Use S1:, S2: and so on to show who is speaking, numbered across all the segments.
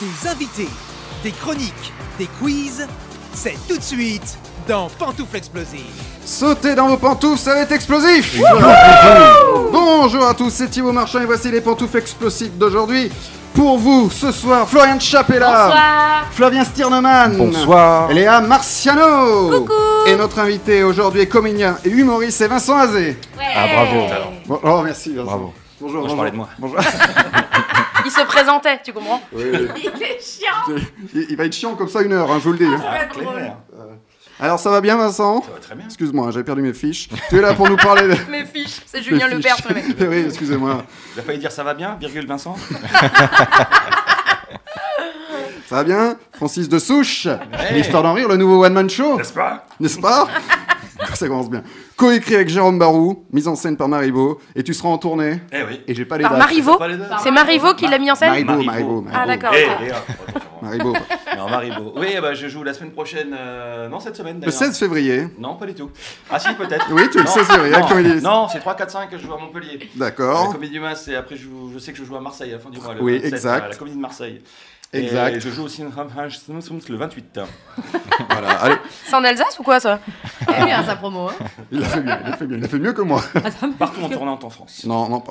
S1: Des invités, des chroniques, des quiz, c'est tout de suite dans Pantoufle Explosive.
S2: Sautez dans vos pantoufles, ça va être explosif Bonjour à tous, c'est Thibaut Marchand et voici les pantoufles explosives d'aujourd'hui. Pour vous, ce soir, Florian Chapella Flavien Stirneman
S3: Bonsoir.
S2: Léa Marciano Et notre invité aujourd'hui est comédien et humoriste, c'est Vincent Azé.
S3: Ah, bravo.
S2: Bon- oh, merci Vincent.
S3: Bravo.
S2: Bonjour,
S3: Moi, je
S2: bonjour.
S3: parlais de moi.
S2: Bonjour.
S4: Il se présentait, tu comprends
S5: Il est chiant
S2: il, il va être chiant comme ça une heure, hein, je vous le dis.
S4: Ah,
S2: hein. Alors ça va bien Vincent
S3: Ah, Ça va très bien.
S2: Excuse-moi, hein, j'ai perdu mes fiches. Tu es là pour nous parler de...
S4: Mes fiches, c'est
S2: des
S4: Julien
S2: fiches.
S4: Lepers, le mec.
S2: oui, excusez-moi.
S3: Vous a failli dire ça va bien, virgule Vincent
S2: Ça va bien Francis de Souche,
S3: Hey.
S2: l'histoire d'en rire, le nouveau one-man show,
S3: N'est-ce pas
S2: n'est-ce pas Ça commence bien. Co-écrit avec Jérôme Barou, mise en scène par Marivaux, et tu seras en tournée.
S3: Eh oui.
S2: Et j'ai pas les
S4: Par
S2: dates.
S4: Marivaux
S3: Pas les deux.
S4: C'est Marivaux qui l'a mis en scène
S2: Marivaux, Marivaux,
S3: Marivaux.
S2: Marivaux.
S4: Ah d'accord,
S3: Eh,
S4: ok.
S3: eh, oh, attention.
S2: Marivaux.
S3: Non, Maribou. Oui, bah, je joue la semaine prochaine. euh, Non, cette semaine
S2: Le
S3: d'ailleurs.
S2: 16 février.
S3: Non, pas du tout. Ah si, peut-être.
S2: Oui, tu le
S3: Non,
S2: sais, c'est vrai,
S3: non,
S2: comédie.
S3: Non, c'est 3, 4, 5 que je joue à Montpellier. La
S2: D'accord.
S3: comédie du Mas, et après je, joue- je sais que je joue à Marseille à la fin du mois. Le
S2: Oui,
S3: 27,
S2: exact.
S3: à la comédie de Marseille.
S2: Exact.
S3: Et je joue aussi une le 28.
S2: Voilà, allez,
S4: C'est en Alsace ou quoi ça
S5: Eh bien, sa promo. Hein.
S2: il a fait bien, il a fait bien, il a fait mieux que moi.
S3: Partout en tournant en France.
S2: Non, non,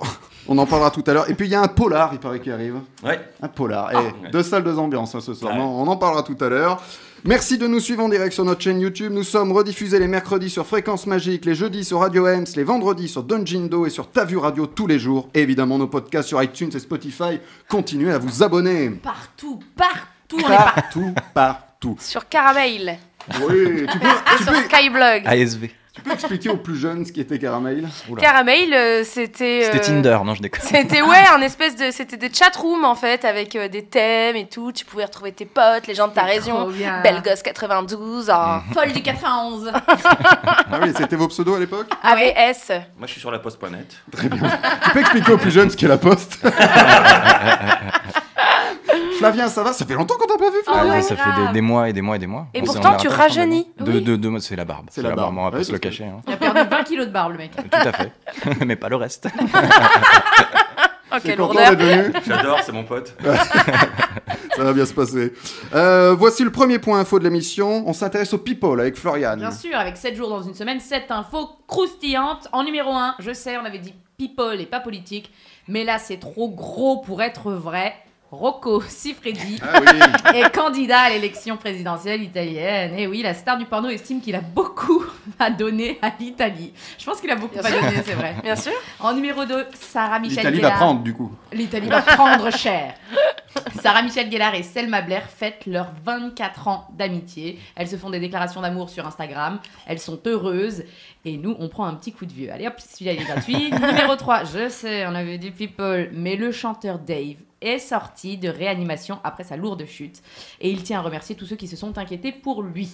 S2: on en parlera tout à l'heure. Et puis il y a un polar, il paraît, qui arrive.
S3: Ouais.
S2: Un polar. Eh,
S3: Ah, ouais.
S2: Deux salles, deux ambiances hein, ce soir.
S3: Ouais.
S2: Non, on en parlera tout à l'heure. Merci de nous suivre en direct sur notre chaîne YouTube. Nous sommes rediffusés les mercredis sur Fréquence Magique, les jeudis sur Radio Ems, les vendredis sur Dungindo et sur Tavu Radio tous les jours. Et évidemment, nos podcasts sur iTunes et Spotify. Continuez à vous abonner.
S5: Partout, partout, on est partout.
S2: Partout, partout.
S4: Sur Caramel
S2: Oui, tu peux,
S4: et
S2: tu
S4: sur
S2: peux-
S4: Skyblog.
S6: ASV.
S2: tu peux expliquer aux plus jeunes ce qui était Caramel Oula.
S4: Caramel, euh, c'était. euh,
S6: C'était Tinder, non, je déconne.
S4: C'était ouais, un espèce de c'était des chatrooms en fait avec euh, des thèmes et tout, tu pouvais retrouver tes potes, les gens de ta région. Belle gosse 92, en
S6: Mm.
S5: Folle du 91.
S2: Ah oui, c'était vos pseudos à l'époque
S4: AVS.
S3: Moi, je suis sur la poste.net.
S2: Tu peux expliquer aux plus jeunes ce qu'est la poste Flavien, ça va Ça fait longtemps qu'on t'a pas vu, Flavien.
S5: Ah
S3: Oh,
S5: ouais,
S6: ça
S5: grave.
S6: fait des, des mois et des mois et des mois.
S4: Et
S6: On s'est-
S4: pourtant,
S6: on a
S4: tu
S6: atteint la fin
S4: rajeunis.
S6: d'année. De,
S4: Oui.
S6: de, de- c'est la barbe.
S2: C'est la barbe.
S6: On va pas
S2: Ouais,
S6: se le
S2: parce que-
S6: cacher. hein.
S5: Il a perdu 20 kilos de barbe, le mec.
S6: Tout à fait. Mais pas le reste.
S4: Ok,
S2: T'es content
S4: lourdeur.
S2: d'être venu
S3: J'adore, c'est mon pote.
S2: Ça va bien se passer. Euh, voici le premier point info de l'émission. On s'intéresse aux people avec Florian.
S5: Bien sûr, avec 7 jours dans une semaine, 7 infos croustillantes. En numéro 1, je sais, on avait dit people et pas politique, mais là c'est trop gros pour être vrai. Rocco Siffredi
S2: Ah oui.
S5: est candidat à l'élection présidentielle italienne. Et oui, la star du porno estime qu'il a beaucoup à donner à l'Italie. Je pense qu'il a beaucoup
S4: Bien
S5: à
S4: sûr.
S5: donner, c'est vrai.
S4: Bien sûr.
S5: En numéro 2, Sarah Michel
S2: L'Italie va
S5: Gellar.
S2: prendre du coup.
S5: L'Italie va prendre cher. Sarah Michel Gellar et Selma Blair fêtent leurs 24 ans d'amitié. Elles se font des déclarations d'amour sur Instagram. Elles sont heureuses. Et nous, on prend un petit coup de vieux. Allez hop, celui-là il est gratuit. Numéro 3, je sais, on avait dit people, mais le chanteur Dave est sorti de réanimation après sa lourde chute. Et il tient à remercier tous ceux qui se sont inquiétés pour lui.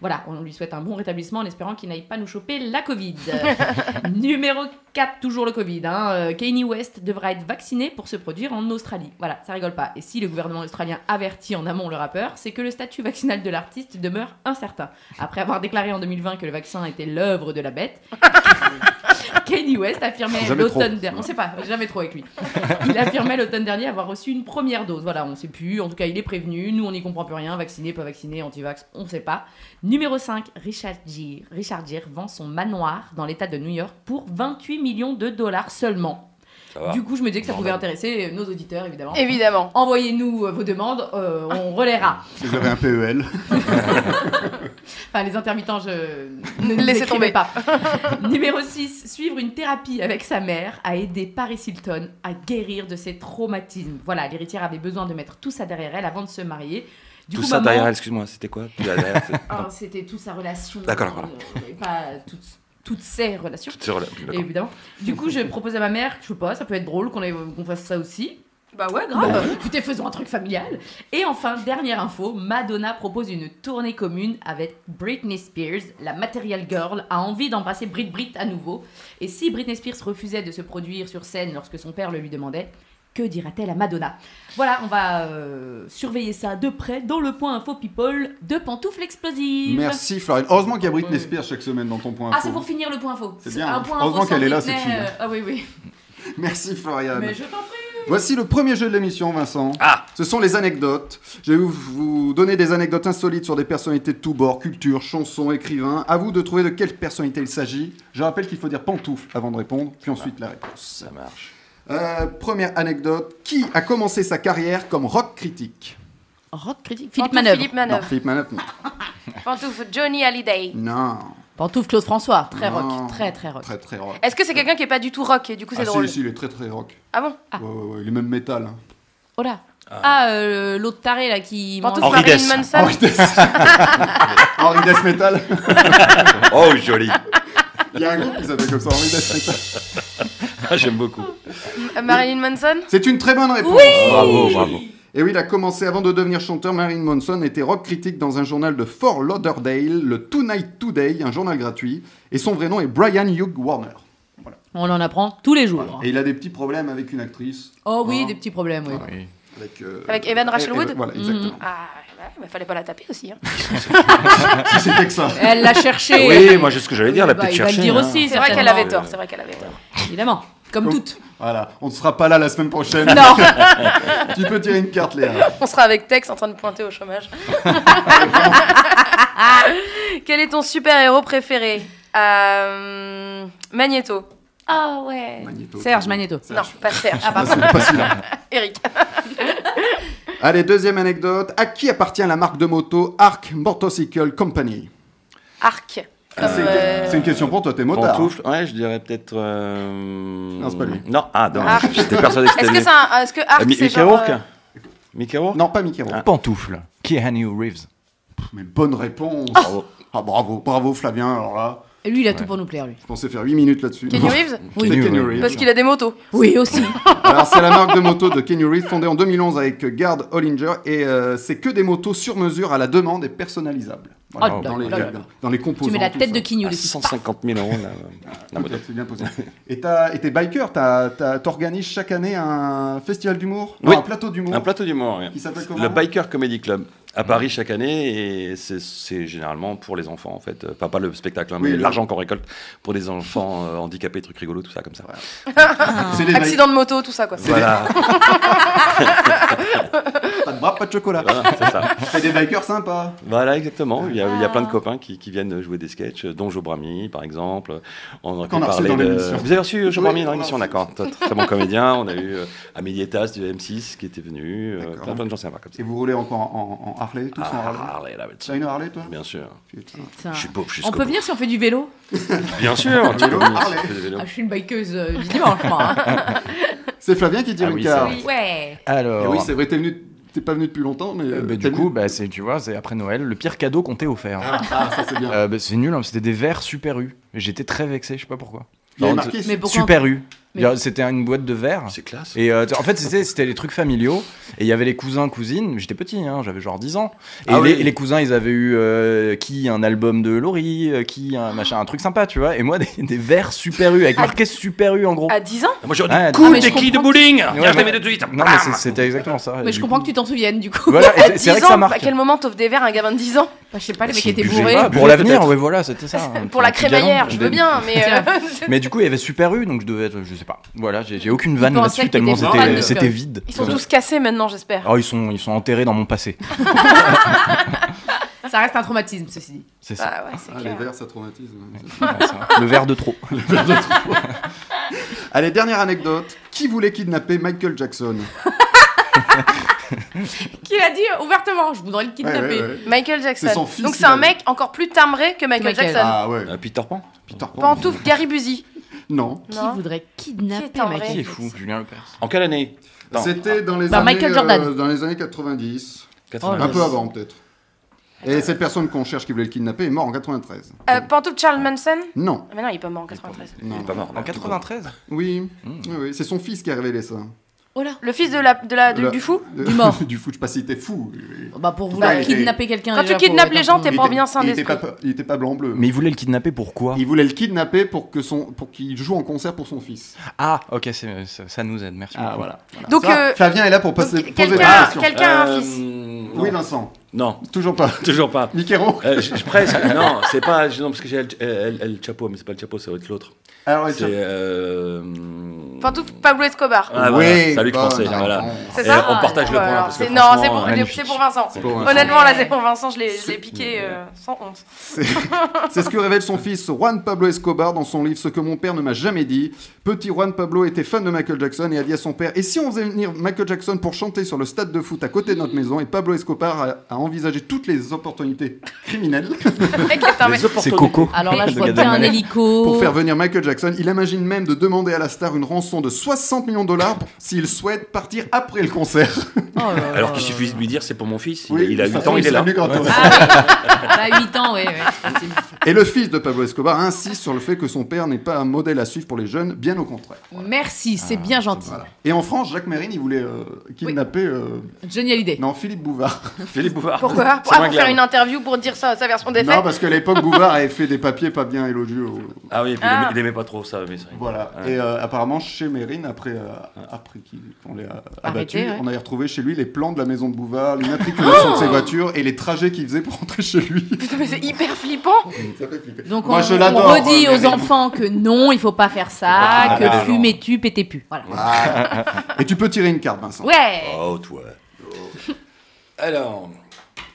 S5: Voilà, on lui souhaite un bon rétablissement en espérant qu'il n'aille pas nous choper la Covid. Numéro 4, toujours le Covid. Hein. euh, Kanye West devra être vacciné pour se produire en Australie. Voilà, ça rigole pas. Et si le gouvernement australien avertit en amont le rappeur, c'est que le statut vaccinal de l'artiste demeure incertain. Après avoir déclaré en 2020 que le vaccin était l'œuvre de la bête, Kanye West affirmait
S2: Jamais trop.
S5: l'automne dernier. On sait pas, jamais trop avec lui. Il affirmait l'automne dernier avoir reçu une première dose. Voilà, on sait plus. En tout cas, il est prévenu. Nous, on n'y comprend plus rien. Vacciné, pas vacciné, anti-vax, on sait pas. Numéro 5, Richard Gere. Richard Gere vend son manoir dans l'état de New York pour 28 millions de dollars seulement.
S3: Ça va.
S5: Du coup, je me disais que ça pouvait
S3: Bordel.
S5: intéresser nos auditeurs, évidemment.
S4: Évidemment.
S5: Envoyez-nous euh, vos demandes, euh, on relaiera.
S2: Si vous avez un E PEL.
S5: Enfin, les intermittents, je. ne
S4: Laissez
S5: n'écrivez
S4: tomber.
S5: pas. Numéro 6, suivre une thérapie avec sa mère a aidé Paris Hilton à guérir de ses traumatismes. Voilà, l'héritière avait besoin de mettre tout ça derrière elle avant de se marier. Du
S3: Tout
S5: coup,
S3: ça
S5: maman-
S3: derrière elle, excuse-moi, c'était quoi Tout ça derrière, c'est-
S5: Ah, C'était toute sa relation.
S3: D'accord, voilà.
S5: euh, et pas toutes, toutes ses relations.
S3: Sur la- d'accord.
S5: Évidemment. Du coup, je propose à ma mère, je sais pas, ça peut être drôle qu'on ait- qu'on fasse ça aussi.
S4: Bah ouais,
S5: Bah,
S4: grave.
S5: écoutez, faisons un truc familial. Et enfin, dernière info, Madonna propose une tournée commune avec Britney Spears. La Material Girl a envie d'embrasser Brit Brit à nouveau. Et si Britney Spears refusait de se produire sur scène lorsque son père le lui demandait, que dira-t-elle à Madonna Voilà, on va euh, surveiller ça de près dans le point info people de pantoufles explosives.
S2: Merci Florian. Heureusement qu'il y a Britney
S5: Oui.
S2: Spears chaque semaine dans ton point info.
S5: Ah, c'est pour finir le point info.
S2: C'est bien,
S5: Un
S2: hein.
S5: point info
S2: Heureusement
S5: sans euh,
S2: qu'elle est là,
S5: Britney,
S2: cette fille.
S5: euh, Ah oui, oui.
S2: Merci Florian.
S5: Mais je t'en prie.
S2: Voici le premier jeu de l'émission, Vincent.
S3: Ah.
S2: Ce sont les anecdotes. Je vais vous- vous donner des anecdotes insolites sur des personnalités de tous bords, culture, chansons, écrivains. À vous de trouver de quelle personnalité il s'agit. Je rappelle qu'il faut dire pantoufle avant de répondre, puis ensuite la réponse.
S3: Ça marche.
S2: Euh, première anecdote. Qui a commencé sa carrière comme rock critique
S5: Rock critique. Philippe
S4: Pantoufle
S5: Manœuvre.
S4: Philippe
S2: Non,
S4: Manœuvre.
S2: Philippe Manœuvre, non.
S4: Pantoufle Johnny Hallyday.
S2: Non.
S5: Pantoufle Claude François. Très
S2: Non.
S5: rock. Très, très rock.
S2: Très, très rock.
S4: Est-ce que c'est quelqu'un qui est pas du tout rock et du coup c'est
S2: Ah,
S4: drôle
S2: si, si, il est très, très rock.
S4: Ah bon
S5: Ah.
S2: Ouais, ouais, ouais, il est même métal. hein.
S5: Oh là. Ah, euh, l'autre taré là qui. mange-
S4: Pantoufle
S3: Henri
S4: Marilyn
S3: Dess.
S4: Manson
S2: Henri Dess. Ah Henri Dess Metal.
S3: Oh, joli.
S2: Il y a un groupe qui s'appelle comme ça, Henri Dess Metal.
S3: J'aime beaucoup.
S4: Euh, Marilyn Manson
S2: C'est une très bonne réponse. Ah,
S6: Bravo, bravo.
S2: Et oui, il a commencé avant de devenir chanteur. Marilyn Manson était rock critique dans un journal de Fort Lauderdale, le Tonight Today, un journal gratuit. Et son vrai nom est Brian Hugh Warner.
S5: On en apprend tous les jours.
S2: Et il a des petits problèmes avec une actrice.
S5: Oh oui,
S2: Hein,
S5: des petits problèmes, oui.
S6: Oui.
S2: Avec, euh,
S4: Avec Evan Rachel
S2: Evan-
S4: Wood
S2: Voilà, exactement.
S4: Ah, bah, bah, fallait pas la taper aussi. hein.
S2: Si c'était que ça.
S5: Elle l'a cherché.
S3: Oui, moi, c'est ce que j'allais dire, la
S5: Oui,
S3: petite hein.
S5: bah, Il va le dire
S3: chercher,
S5: aussi,
S4: C'est vrai qu'elle
S5: certainement.
S4: avait tort, c'est vrai qu'elle avait tort.
S5: Évidemment. Comme toutes.
S2: Voilà, on ne sera pas là la semaine prochaine.
S5: Non.
S2: tu peux tirer une carte, Léa.
S4: On sera avec Tex en train de pointer au chômage. Quel est ton super-héros préféré Euh, Magneto. Ah ouais.
S2: Magneto.
S5: Serge Magneto.
S4: Non, pas Serge. Ah,
S2: Ah,
S4: pardon,
S2: c'est pas celui-là.
S4: Eric.
S2: Allez, deuxième anecdote. À qui appartient la marque de moto Arc Motorcycle Company
S4: Arc.
S5: Ah
S4: Comme,
S2: Ah, C'est
S4: euh,
S2: c'est une question pour toi, t'es motard.
S3: Pantoufle, ouais, je dirais peut-être. euh,
S2: Non, c'est pas lui.
S3: Non, ah, non,
S4: Arc.
S3: j'étais persuadé que c'était
S4: Est-ce
S3: lui.
S4: que c'est un- est-ce que Arc
S3: Euh, Mi-
S4: c'est
S3: Mickey
S4: genre
S3: Rourke
S4: euh,
S3: Mickey Rourke
S2: Non, pas Mickey Rourke.
S6: Ah. Pantoufle. Keanu Reeves.
S2: Mais bonne réponse.
S3: Bravo.
S2: Ah bravo, bravo Flavien. Alors là,
S5: Et Lui, il a tout pour nous plaire, lui.
S2: je pensais faire 8 minutes là-dessus.
S4: Kenny Reeves
S2: C'était
S6: Kenny,
S2: Kenny
S6: ouais.
S2: Reeves.
S4: Parce qu'il a des motos.
S5: Oui, aussi.
S2: Alors c'est la marque de moto de Kenny Reeves fondée en 2011 avec Gard Hollinger et euh, c'est que des motos sur mesure à la demande et personnalisables.
S5: Oh là
S2: dans, les,
S5: là là là.
S2: dans les composants.
S5: tu mets la
S2: tout
S5: tête
S2: ça.
S5: de Kinyou.
S3: À 150 000 euros, la, la moto.
S2: Peut-être, C'est bien possible. Et t'as- et t'es biker, t'as- t'as- t'organises chaque année un festival d'humour Non,
S3: Oui.
S2: Un plateau d'humour
S3: Un plateau d'humour, oui.
S2: qui s'appelle comment
S3: Le Biker Comedy Club à Paris chaque année et c'est- c'est généralement pour les enfants en fait. Euh, Pas, pas le spectacle, hein,
S2: Oui,
S3: mais
S2: le-
S3: l'argent qu'on récolte pour des enfants euh, handicapés, trucs rigolos, tout ça comme ça.
S5: Ah.
S2: C'est les bikers.
S4: Accident de moto, tout ça quoi.
S3: Voilà,
S2: Pas de bras, pas de chocolat.
S3: voilà, c'est ça.
S2: C'est des bikers sympas.
S3: Voilà, exactement. Il y, a, il y a plein de copains qui, qui viennent jouer des sketchs, euh, dont Joe Brami, par exemple. On a
S2: Qu'on a reçu dans l'émission.
S3: Vous avez reçu Joe
S2: Oui,
S3: Brami
S2: on
S3: dans
S2: l'a
S3: l'émission,
S2: reçu.
S3: d'accord. Très, très bon comédien. On a eu euh, Amélie Etas du M6 qui était venue. euh,
S2: D'accord.
S3: plein, plein de gens sympas comme ça.
S2: Et vous roulez encore en, en- en Harley, tous en Harley
S3: Ah, Harley
S2: T'as
S3: Davidson.
S2: une Harley toi
S3: Bien sûr.
S2: Putain.
S3: Je suis pauvre jusqu'au
S5: Ah. On peut
S3: bout.
S5: venir si on fait du vélo
S3: Bien sûr. tu peux
S2: Vélo,
S3: venir,
S2: Harley.
S3: tu fais des vélos.
S5: Ah, Je suis une bikeuse euh, du dimanche, moi. hein.
S2: C'est Flavien qui tire
S6: Ah
S2: une
S6: oui,
S2: carte.
S6: c'est
S5: Ouais.
S2: Eh
S6: Alors.
S2: oui, c'est vrai, t'es venu, t'es pas venu depuis longtemps, mais.
S6: euh,
S2: euh,
S6: bah,
S2: t'es
S6: du coup,
S2: venu-
S6: bah, c'est- tu vois, c'est après Noël, le pire cadeau qu'on t'ait offert.
S2: Ah, ça c'est bien.
S6: Euh, bah, c'est nul, hein, c'était des verres Super U. J'étais très vexé, je sais pas pourquoi.
S2: Il y a
S6: non,
S2: marqué.
S5: Mais pourquoi
S6: Super U.
S5: Mais-
S6: Genre, C'était une boîte de verres.
S3: C'est classe.
S6: Et euh, t- en fait, c'était c'était les trucs familiaux. Et il y avait les cousins, cousines. J'étais petit, hein, j'avais genre 10 ans. Et
S3: Ah
S6: les,
S3: oui.
S6: les cousins, ils avaient eu euh, qui un album de Laurie, euh, qui un machin, un truc sympa, tu vois. Et moi, des, des verres Super U avec marqué Super U en gros.
S4: À 10 ans
S3: Moi, j'aurais
S6: Ah,
S3: dit, coup
S5: ah, mais
S3: des
S5: je
S3: quilles de
S5: comprends.
S3: bowling
S6: Ouais,
S3: Viens, je les
S6: ouais.
S3: mets de suite
S6: Non, mais c'est- c'était exactement ça.
S5: Mais je comprends que tu t'en souviennes du coup.
S6: Voilà,
S4: À
S6: et c'est-
S4: 10
S6: c'est vrai que ça
S4: ans
S6: marque.
S4: À quel moment t'offres des verres à un gamin de 10 ans
S5: Bah, je sais pas, les
S3: Bah,
S5: mecs
S3: si,
S5: étaient
S3: buvez
S5: bourrés.
S3: pas.
S6: Ah,
S3: Ouais,
S6: pour l'avenir,
S3: peut-être.
S6: ouais, voilà, c'était ça. Un
S4: Pour la
S6: petit galon,
S4: crémaillère, je
S6: des-
S4: veux bien, mais. euh,
S6: Mais du coup, il y avait Super U, donc je devais être, je sais pas. Voilà, j'ai j'ai aucune vanne
S5: pensait
S6: là-dessus
S5: qu'il
S6: tellement
S5: était fan
S6: c'était
S5: de
S6: c'était
S5: Super U.
S6: vide.
S4: Ils sont tous cassés maintenant, j'espère.
S6: Oh, ils sont, ils sont enterrés dans mon passé.
S5: Ça reste un traumatisme, ceci dit.
S6: C'est ça.
S4: Ah ouais, c'est
S2: Ah, les
S4: clair.
S2: verres, ça traumatise.
S5: Bah.
S6: Ouais, c'est vrai. Le verre de trop.
S2: Allez, dernière anecdote. Qui voulait kidnapper Michael Jackson
S5: Qui l'a dit ouvertement Je voudrais le kidnapper.
S2: Ouais, ouais, ouais.
S4: Michael Jackson.
S2: C'est son fils
S4: Donc
S2: qui
S4: c'est un
S2: l'a-
S4: mec encore plus timbré que Michael
S5: Michael.
S4: Jackson.
S2: Ah ouais,
S3: Euh, Peter Pan
S2: Peter Pan.
S4: Pantouf Garibuzi.
S2: Non.
S5: Qui
S4: Non.
S5: voudrait
S4: Qui est
S5: kidnapper
S4: en
S5: Michael
S4: vrai
S6: Qui est
S5: Jackson
S6: fou Julien Lepers.
S3: En quelle année Non.
S2: C'était dans les
S5: Bah,
S2: années
S5: Michael Jordan.
S2: euh, dans les années 90,
S3: 90.
S4: Ah,
S2: un peu avant peut-être. Et cette personne qu'on cherche qui voulait le kidnapper est morte en 93.
S4: Euh, Pantouf Charles Manson
S2: Non.
S4: Ah, Mais non, il est pas mort en 93.
S3: Il
S2: Non.
S3: est pas mort. Euh, Hmm.
S6: En 93
S2: Oui, oui, oui, c'est son fils qui a révélé ça.
S5: Oh là
S4: Le fils de la, de la, du-
S2: Le-
S4: du fou
S2: le-
S5: Du mort.
S2: du fou, je sais pas si t'es fou. Il
S5: Bah pour
S2: Bah,
S5: vouloir
S2: il était-
S5: kidnapper quelqu'un.
S4: Quand
S5: déjà,
S4: tu
S5: faut
S4: kidnappes
S5: être un
S4: les gens,
S5: peu-
S4: t'es
S2: était-
S4: pas bien sain
S2: il était
S4: d'esprit.
S2: pas- Il était pas blanc-bleu.
S6: Mais il voulait le kidnapper pour quoi
S2: Il voulait le kidnapper pour que son pour qu'il joue en concert pour son fils.
S6: Ah, ok, c'est- ça, ça nous aide, merci. beaucoup.
S4: Donc,
S2: Ça,
S4: euh,
S2: Flavien est là pour passer,
S4: donc,
S2: poser des
S4: quelqu'un-
S2: questions.
S4: quel- Quelqu'un a un
S3: Euh,
S4: fils
S3: non.
S2: Oui Vincent,
S3: Non,
S2: toujours pas.
S3: toujours pas.
S2: Mickey Rourke.
S3: Euh, je, je- presque, non, c'est pas. je- Non, parce que j'ai El, El- El Chapo, mais c'est pas El Chapo, ça va être l'autre.
S2: Alors,
S3: C'est.
S2: tiens,
S3: euh,
S4: Pantoufle Pablo Escobar.
S3: Ah, voilà, salut français,
S2: bonne
S3: voilà.
S2: réponse.
S4: C'est
S3: Et
S4: ça
S3: on partage le
S4: Voilà.
S3: point. parce que
S4: C'est- Non, c'est
S3: franchement,
S4: pour,
S6: magnifique.
S4: c'est pour Vincent.
S2: C'est pour Vincent.
S4: Honnêtement, là, c'est pour Vincent, je l'ai je l'ai
S2: C'est-
S4: piqué euh, sans honte.
S2: C'est ce que révèle son fils Juan Pablo Escobar dans son livre Ce que mon père ne m'a jamais dit. Petit Juan Pablo était fan de Michael Jackson et a dit à son père Et si on faisait venir Michael Jackson pour chanter sur le stade de foot à côté de notre maison Et Pablo Escobar a, a envisagé toutes les opportunités criminelles
S4: Le mec est un mec-
S6: C'est Coco.
S5: Alors là, je
S6: De
S5: vois
S6: Gad
S5: bien un
S6: Elmaleh.
S5: hélico. Oh
S2: pour faire venir Michael Jackson. Il imagine même de demander à la star une rançon de 60 millions de dollars pour- s'il souhaite partir après le concert.
S3: Alors
S5: Euh,
S3: qu'il suffit de lui dire c'est pour mon fils, il,
S2: Oui,
S3: il a
S2: de toute
S3: 8
S2: façon,
S3: ans, il est
S2: sera
S3: là.
S2: venu quand on-
S5: Ah, 8 ans, oui, oui.
S2: Et le fils de Pablo Escobar insiste sur le fait que son père n'est pas un modèle à suivre pour les jeunes, bien au contraire.
S5: Merci, c'est bien gentil.
S2: Ah, Voilà. Et en France, Jacques Mérine, il voulait euh, kidnapper. euh,
S5: Johnny Hallyday.
S2: Non, Philippe Bouvard.
S3: Philippe Bouvard.
S4: Pourquoi Ah, Pour
S3: C'est moins
S4: faire
S3: clair.
S4: une interview pour dire ça, sa version des
S2: Non,
S4: faits
S2: parce qu'à l'époque, Bouvard avait fait des papiers pas bien élogieux. au-
S3: Ah oui, et puis il
S4: Ah.
S3: aimait- il aimait pas trop ça, mais c'est vrai.
S2: Voilà.
S3: Ouais.
S2: Et euh, apparemment, chez Mérine, après, euh, après qu'il- qu'on l'ait euh, abattu,
S5: Arrêté, ouais. Oh
S2: on avait retrouvé chez lui les plans de la maison de Bouvard, l'immatriculation de ses voitures et les trajets qu'il faisait pour rentrer chez lui.
S4: Putain, mais c'est hyper flippant
S2: Ça fait flipper.
S5: Donc
S2: Moi,
S5: on,
S2: je
S5: on
S2: l'adore,
S5: redit
S2: euh,
S5: aux
S2: Mérine.
S5: enfants que non, il faut pas faire ça,
S3: Ah,
S5: que
S3: là,
S5: fume et tu, pète et pu.
S2: Ah.
S5: Voilà.
S2: Et tu peux tirer une carte, Vincent.
S5: Ouais.
S3: Oh, toi. Alors,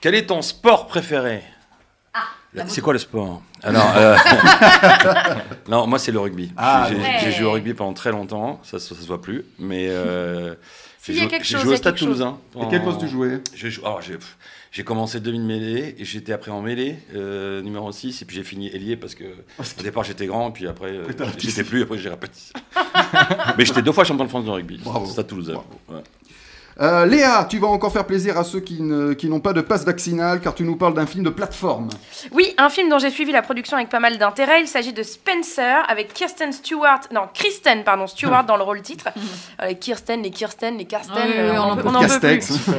S3: quel est ton sport préféré
S4: Ah,
S3: Le- C'est quoi le sport Alors, euh, Non, moi c'est le rugby.
S2: Ah,
S3: j'ai,
S2: ouais.
S3: j'ai- j'ai joué au rugby pendant très longtemps, ça, ça, se voit plus, mais euh,
S4: S'il
S3: j'ai,
S4: y a
S3: joué,
S4: quelque
S3: j'ai
S4: chose,
S3: joué
S4: il y
S3: au
S4: a
S3: Stade
S4: quelque chose.
S3: Toulousain.
S2: Et quel poste tu jouais
S3: j'ai, jou- alors, j'ai, pff, j'ai commencé demi-mêlée, et j'étais après en mêlée, euh, numéro 6, et puis j'ai fini ailier parce que au départ j'étais grand, puis après euh,
S2: Et t'as raté.
S3: j'étais plus, et après j'ai répété. mais j'étais deux fois champion de France de rugby,
S2: Bravo.
S3: Stade Toulousain. Ouais.
S2: Euh, Léa, tu vas encore faire plaisir à ceux qui ne- qui n'ont pas de passe vaccinale car tu nous parles d'un film de plateforme.
S4: Oui, un film dont j'ai suivi la production avec pas mal d'intérêt. Il s'agit de Spencer avec Kirsten Stewart, non Kristen pardon Stewart dans le rôle titre. Euh, les Kirsten, les Kirsten, les Kirsten,
S5: Ah oui, oui,
S4: euh,
S5: on en
S4: on,
S5: peut
S4: peut- on en peut plus.
S2: Castex.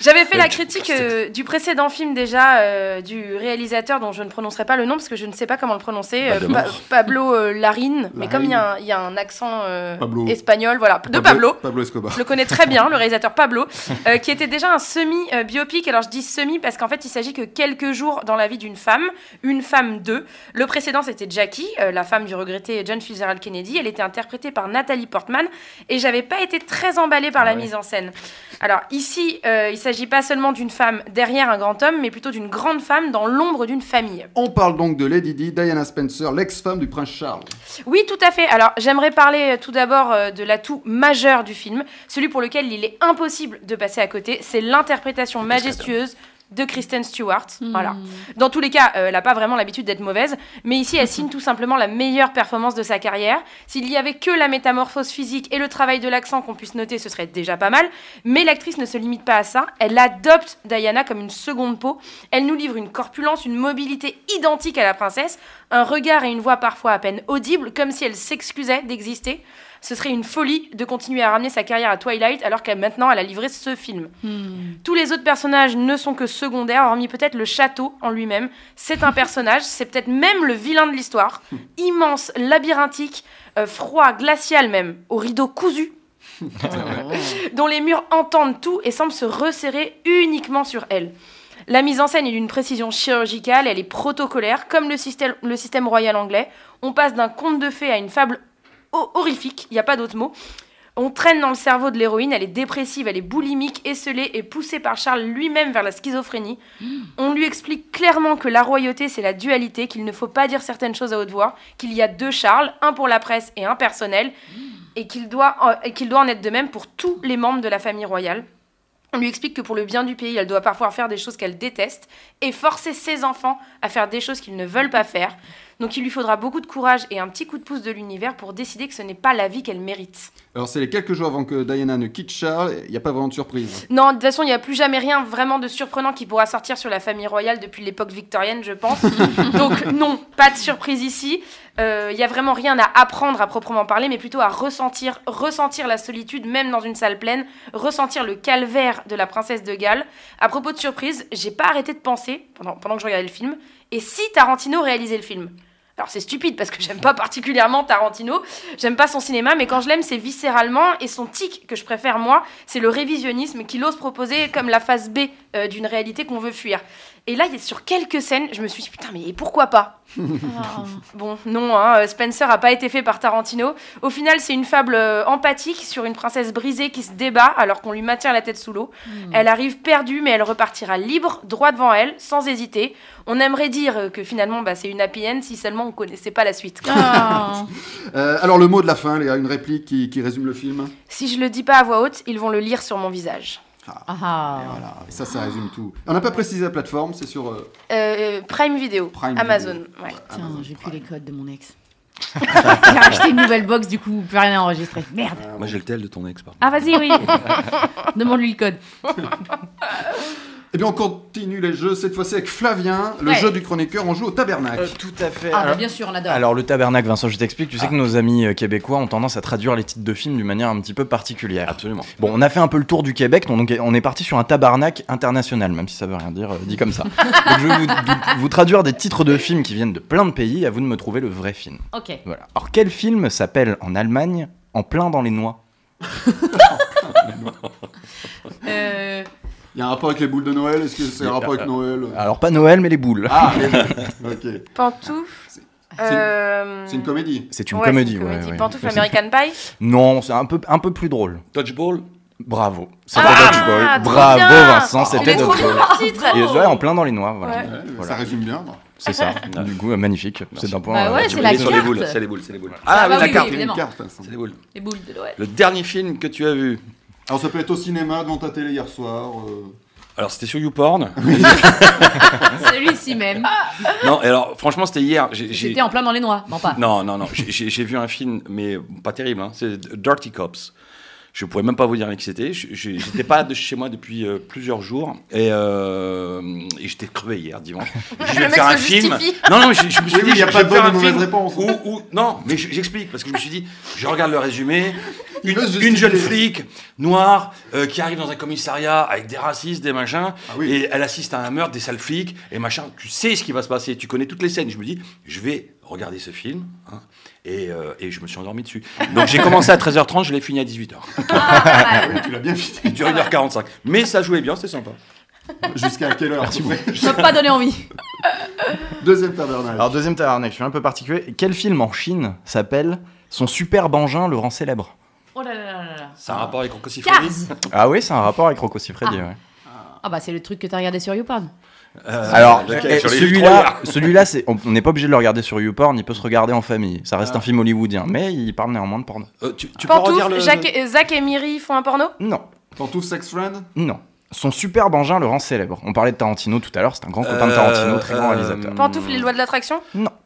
S4: J'avais fait
S3: Euh,
S4: la
S3: du-
S4: critique euh, du précédent film déjà euh, du réalisateur dont je ne prononcerai pas le nom parce que je ne sais pas comment le prononcer. euh,
S3: Pas de mort.
S4: Pablo euh, Larine, mais
S2: Larraín.
S4: comme il y, a un- il y a un accent euh,
S2: Pablo.
S4: espagnol, voilà, de Pablo.
S2: Pablo Escobar.
S4: Je le connais très bien, le réalisateur Pablo, euh, qui était déjà un semi-biopic. Alors je dis semi parce qu'en fait il s'agit que quelques jours dans la vie d'une femme, une femme deux. Le précédent c'était Jackie, euh, la femme du regretté John Fitzgerald Kennedy. Elle était interprétée par Nathalie Portman et j'avais pas été très emballée par la
S6: Ah ouais.
S4: mise en scène. Alors ici euh, il s'agit pas seulement d'une femme derrière un grand homme, mais plutôt d'une grande femme dans l'ombre d'une famille.
S2: On parle donc de Lady Di, Diana Spencer, l'ex-femme du prince Charles.
S4: Oui, tout à fait. Alors, j'aimerais parler euh, tout d'abord euh, de l'atout majeur du film, celui pour lequel il est impossible de passer à côté, c'est l'interprétation majestueuse de Kristen Stewart. Voilà. Dans tous les cas, euh, elle n'a pas vraiment l'habitude d'être mauvaise, mais ici, elle signe tout simplement la meilleure performance de sa carrière. S'il y avait que la métamorphose physique et le travail de l'accent qu'on puisse noter, ce serait déjà pas mal. Mais l'actrice ne se limite pas à ça. Elle adopte Diana comme une seconde peau. Elle nous livre une corpulence, une mobilité identique à la princesse, un regard et une voix parfois à peine audibles, comme si elle s'excusait d'exister. Ce serait une folie de continuer à ramener sa carrière à Twilight alors qu'elle maintenant elle a livré ce film. Tous les autres personnages ne sont que secondaires, hormis peut-être le château en lui-même. C'est un personnage, c'est peut-être même le vilain de l'histoire. Immense, labyrinthique, euh, froid, glacial même, aux rideaux cousus, dont les murs entendent tout et semblent se resserrer uniquement sur elle. La mise en scène est d'une précision chirurgicale, elle est protocolaire, comme le système, le système royal anglais. On passe d'un conte de fées à une fable ho- horrifique, il n'y a pas d'autre mot. On traîne dans le cerveau de l'héroïne, elle est dépressive, elle est boulimique, esselée et poussée par Charles lui-même vers la schizophrénie. On lui explique clairement que la royauté, c'est la dualité, qu'il ne faut pas dire certaines choses à haute voix, qu'il y a deux Charles, un pour la presse et un personnel, et qu'il doit, euh, et qu'il doit en être de même pour tous les membres de la famille royale. On lui explique que pour le bien du pays, elle doit parfois faire des choses qu'elle déteste et forcer ses enfants à faire des choses qu'ils ne veulent pas faire. Donc il lui faudra beaucoup de courage et un petit coup de pouce de l'univers pour décider que ce n'est pas la vie qu'elle mérite.
S2: Alors c'est les quelques jours avant que Diana ne quitte Charles, il n'y a pas vraiment de surprise.
S4: Non, de toute façon, il n'y a plus jamais rien vraiment de surprenant qui pourra sortir sur la famille royale depuis l'époque victorienne, je pense. Donc non, pas de surprise ici. Euh, Il y a vraiment rien à apprendre à proprement parler, mais plutôt à ressentir, ressentir la solitude, même dans une salle pleine, ressentir le calvaire de la princesse de Galles. À propos de surprise, j'ai pas arrêté de penser pendant, pendant que je regardais le film. Et si Tarantino réalisait le film alors c'est stupide parce que j'aime pas particulièrement Tarantino, j'aime pas son cinéma, mais quand je l'aime c'est viscéralement et son tic que je préfère moi, c'est le révisionnisme qu'il ose proposer comme la phase B euh, d'une réalité qu'on veut fuir. Et là, il y a- sur quelques scènes, je me suis dit, putain, mais et pourquoi pas
S2: Oh.
S4: Bon, non, hein, euh, Spencer a pas été fait par Tarantino. Au final, c'est une fable euh, empathique sur une princesse brisée qui se débat alors qu'on lui maintient la tête sous l'eau. Elle arrive perdue, mais elle repartira libre, droit devant elle, sans hésiter. On aimerait dire euh, que finalement, bah, c'est une happy end si seulement on connaissait pas la suite.
S5: Ah.
S2: Euh, alors le mot de la fin, les gars, une réplique qui, qui résume le film.
S4: Si je le dis pas à voix haute, ils vont le lire sur mon visage.
S2: Et
S5: Ah.
S2: voilà, ça, ça résume tout. On n'a pas précisé la plateforme, c'est sur euh,
S4: Euh, Prime Video,
S2: Prime
S4: Amazon.
S2: Video.
S4: ouais.
S5: Tiens,
S2: Amazon
S5: j'ai plus
S2: Prime.
S5: les codes de mon ex. j'ai acheté une nouvelle box, du coup, plus rien à enregistrer. Merde.
S2: Ah,
S3: Moi, j'ai le tel de ton ex, pardon.
S5: Ah, vas-y, oui. Demande-lui le code.
S2: Eh bien, on continue les jeux, cette fois-ci avec Flavien, le
S5: Ouais.
S2: jeu du chroniqueur. On joue au tabernacle.
S6: Euh, tout à fait.
S5: Ah, bah, bien sûr, on adore.
S6: Alors le tabernacle, Vincent, je t'explique. Tu sais que nos amis euh, québécois ont tendance à traduire les titres de films d'une manière un petit peu particulière.
S3: Absolument.
S6: Bon, on a fait un peu le tour du Québec, donc on est parti sur un tabarnak international, même si ça veut rien dire euh, dit comme ça. Donc je vais vous, vous- vous traduire des titres de films qui viennent de plein de pays, à vous de me trouver le vrai film.
S5: Ok.
S6: Voilà. Alors quel film s'appelle en Allemagne En plein dans les noix
S5: Euh,
S2: Il y a un rapport avec les boules de Noël Est-ce que c'est
S6: Il y
S2: un
S6: a-
S2: rapport avec Noël
S6: Alors pas Noël, mais les boules.
S2: Ah, les boules. ok.
S4: Pantoufle.
S2: C'est-
S4: euh,
S2: C'est une comédie.
S6: C'est une
S4: ouais,
S6: comédie,
S4: c'est une
S6: ouais,
S4: comédie.
S6: ouais.
S4: Pantoufle
S6: Mais c'est-
S4: American Pie.
S6: Non, c'est un peu, un peu plus drôle.
S3: Dodgeball
S6: Bravo. C'était
S4: Ah,
S6: Dodgeball.
S4: trop
S6: Bravo
S4: bien. Il
S6: Vincent,
S4: est
S6: c'était
S4: trop bien
S6: Dodgeball.
S4: par titre.
S6: Et ouais, en plein dans les noix, voilà.
S4: Ouais.
S2: Ouais,
S6: Voilà.
S2: Ça résume
S5: Ah
S2: bien.
S6: C'est ça.
S3: Ouais.
S6: Du coup, euh, magnifique.
S3: Merci.
S6: C'est d'un point.
S5: Bah
S6: euh,
S5: ouais,
S6: tu-
S5: c'est la
S3: sur les
S5: carte.
S3: boules, c'est les boules, c'est les boules.
S5: Ah, oui,
S2: la carte,
S5: oui,
S2: il y a
S5: évidemment.
S2: une carte. hein, ça.
S3: C'est les boules.
S5: Les boules de Noël.
S3: Le dernier film que tu as vu
S2: Alors, ça peut être au cinéma, devant ta télé hier soir. euh.
S3: Alors, c'était sur YouPorn.
S5: Celui-ci même. Ah,
S3: non, et alors, franchement, c'était hier. J'ai- j'ai-
S5: J'étais en plein dans les noix. Non, pas.
S3: Non, non, non. J'ai- J'ai j'ai vu un film, mais pas terrible. hein. C'est Dirty Cops. Je pouvais même pas vous dire qui c'était. Je- je- J'étais pas de chez moi depuis euh, plusieurs jours et, euh, et j'étais crevé hier dimanche. Je
S4: Le
S3: vais
S4: mec
S3: faire
S4: se
S3: un film.
S4: justifie.
S3: Non, non, mais je, je me suis
S2: Oui, oui,
S3: dit,
S2: il y a
S3: je-
S2: pas
S3: je
S2: de
S3: vais
S2: bonne
S3: faire un
S2: ou hein. mauvaise
S3: film
S2: réponse.
S3: Où, où- non, mais je- j'explique parce que je me suis dit, je regarde le résumé.
S2: Il
S3: Une,
S2: veut se justifier.
S3: une jeune flic noire euh, qui arrive dans un commissariat avec des racistes, des machins,
S2: Ah oui.
S3: et elle assiste à un meurtre, des sales flics, et machin. Tu sais ce qui va se passer, tu connais toutes les scènes. Je me dis, je vais regarder ce film, hein, et, euh, et je me suis endormi dessus. Donc j'ai commencé à 13h30, je l'ai fini à 18h.
S2: Ah oui, tu l'as bien fini.
S3: Il dure 1h45. Mais ça jouait bien, c'était sympa.
S2: Jusqu'à quelle heure à peu près
S5: Ça m'a pas donné envie.
S2: Deuxième tabernacle.
S6: Alors, deuxième tabarnak, je suis un peu particulier. Quel film en Chine s'appelle Son superbe engin le rend célèbre
S5: Oh là là là là là.
S3: Ça a un rapport avec Rocossifredi
S5: Cars
S6: Ah oui, c'est un rapport avec Rocco Siffredi.
S5: Ah.
S6: ouais.
S5: Ah bah c'est le truc que t'as regardé sur YouPorn.
S6: Alors,
S3: lequel
S6: eh,
S3: J'en ai vu
S6: celui-là, celui-là, c'est- on on n'est pas obligé de le regarder sur YouPorn, il peut se regarder en famille. Ça reste un film hollywoodien, mais il parle néanmoins de porno.
S3: Euh, tu, tu peux redire
S4: Pantoufle,
S3: le...
S4: Jacques, euh, Zach et Miri font un porno
S6: Non,
S2: Pantouf Sex Friend
S6: non. Son superbe engin le rend célèbre. On parlait de Tarantino tout à l'heure, c'est un grand copain de
S3: Euh,
S6: Tarantino, très grand
S3: euh,
S6: réalisateur.
S4: Pantoufle, les lois de l'attraction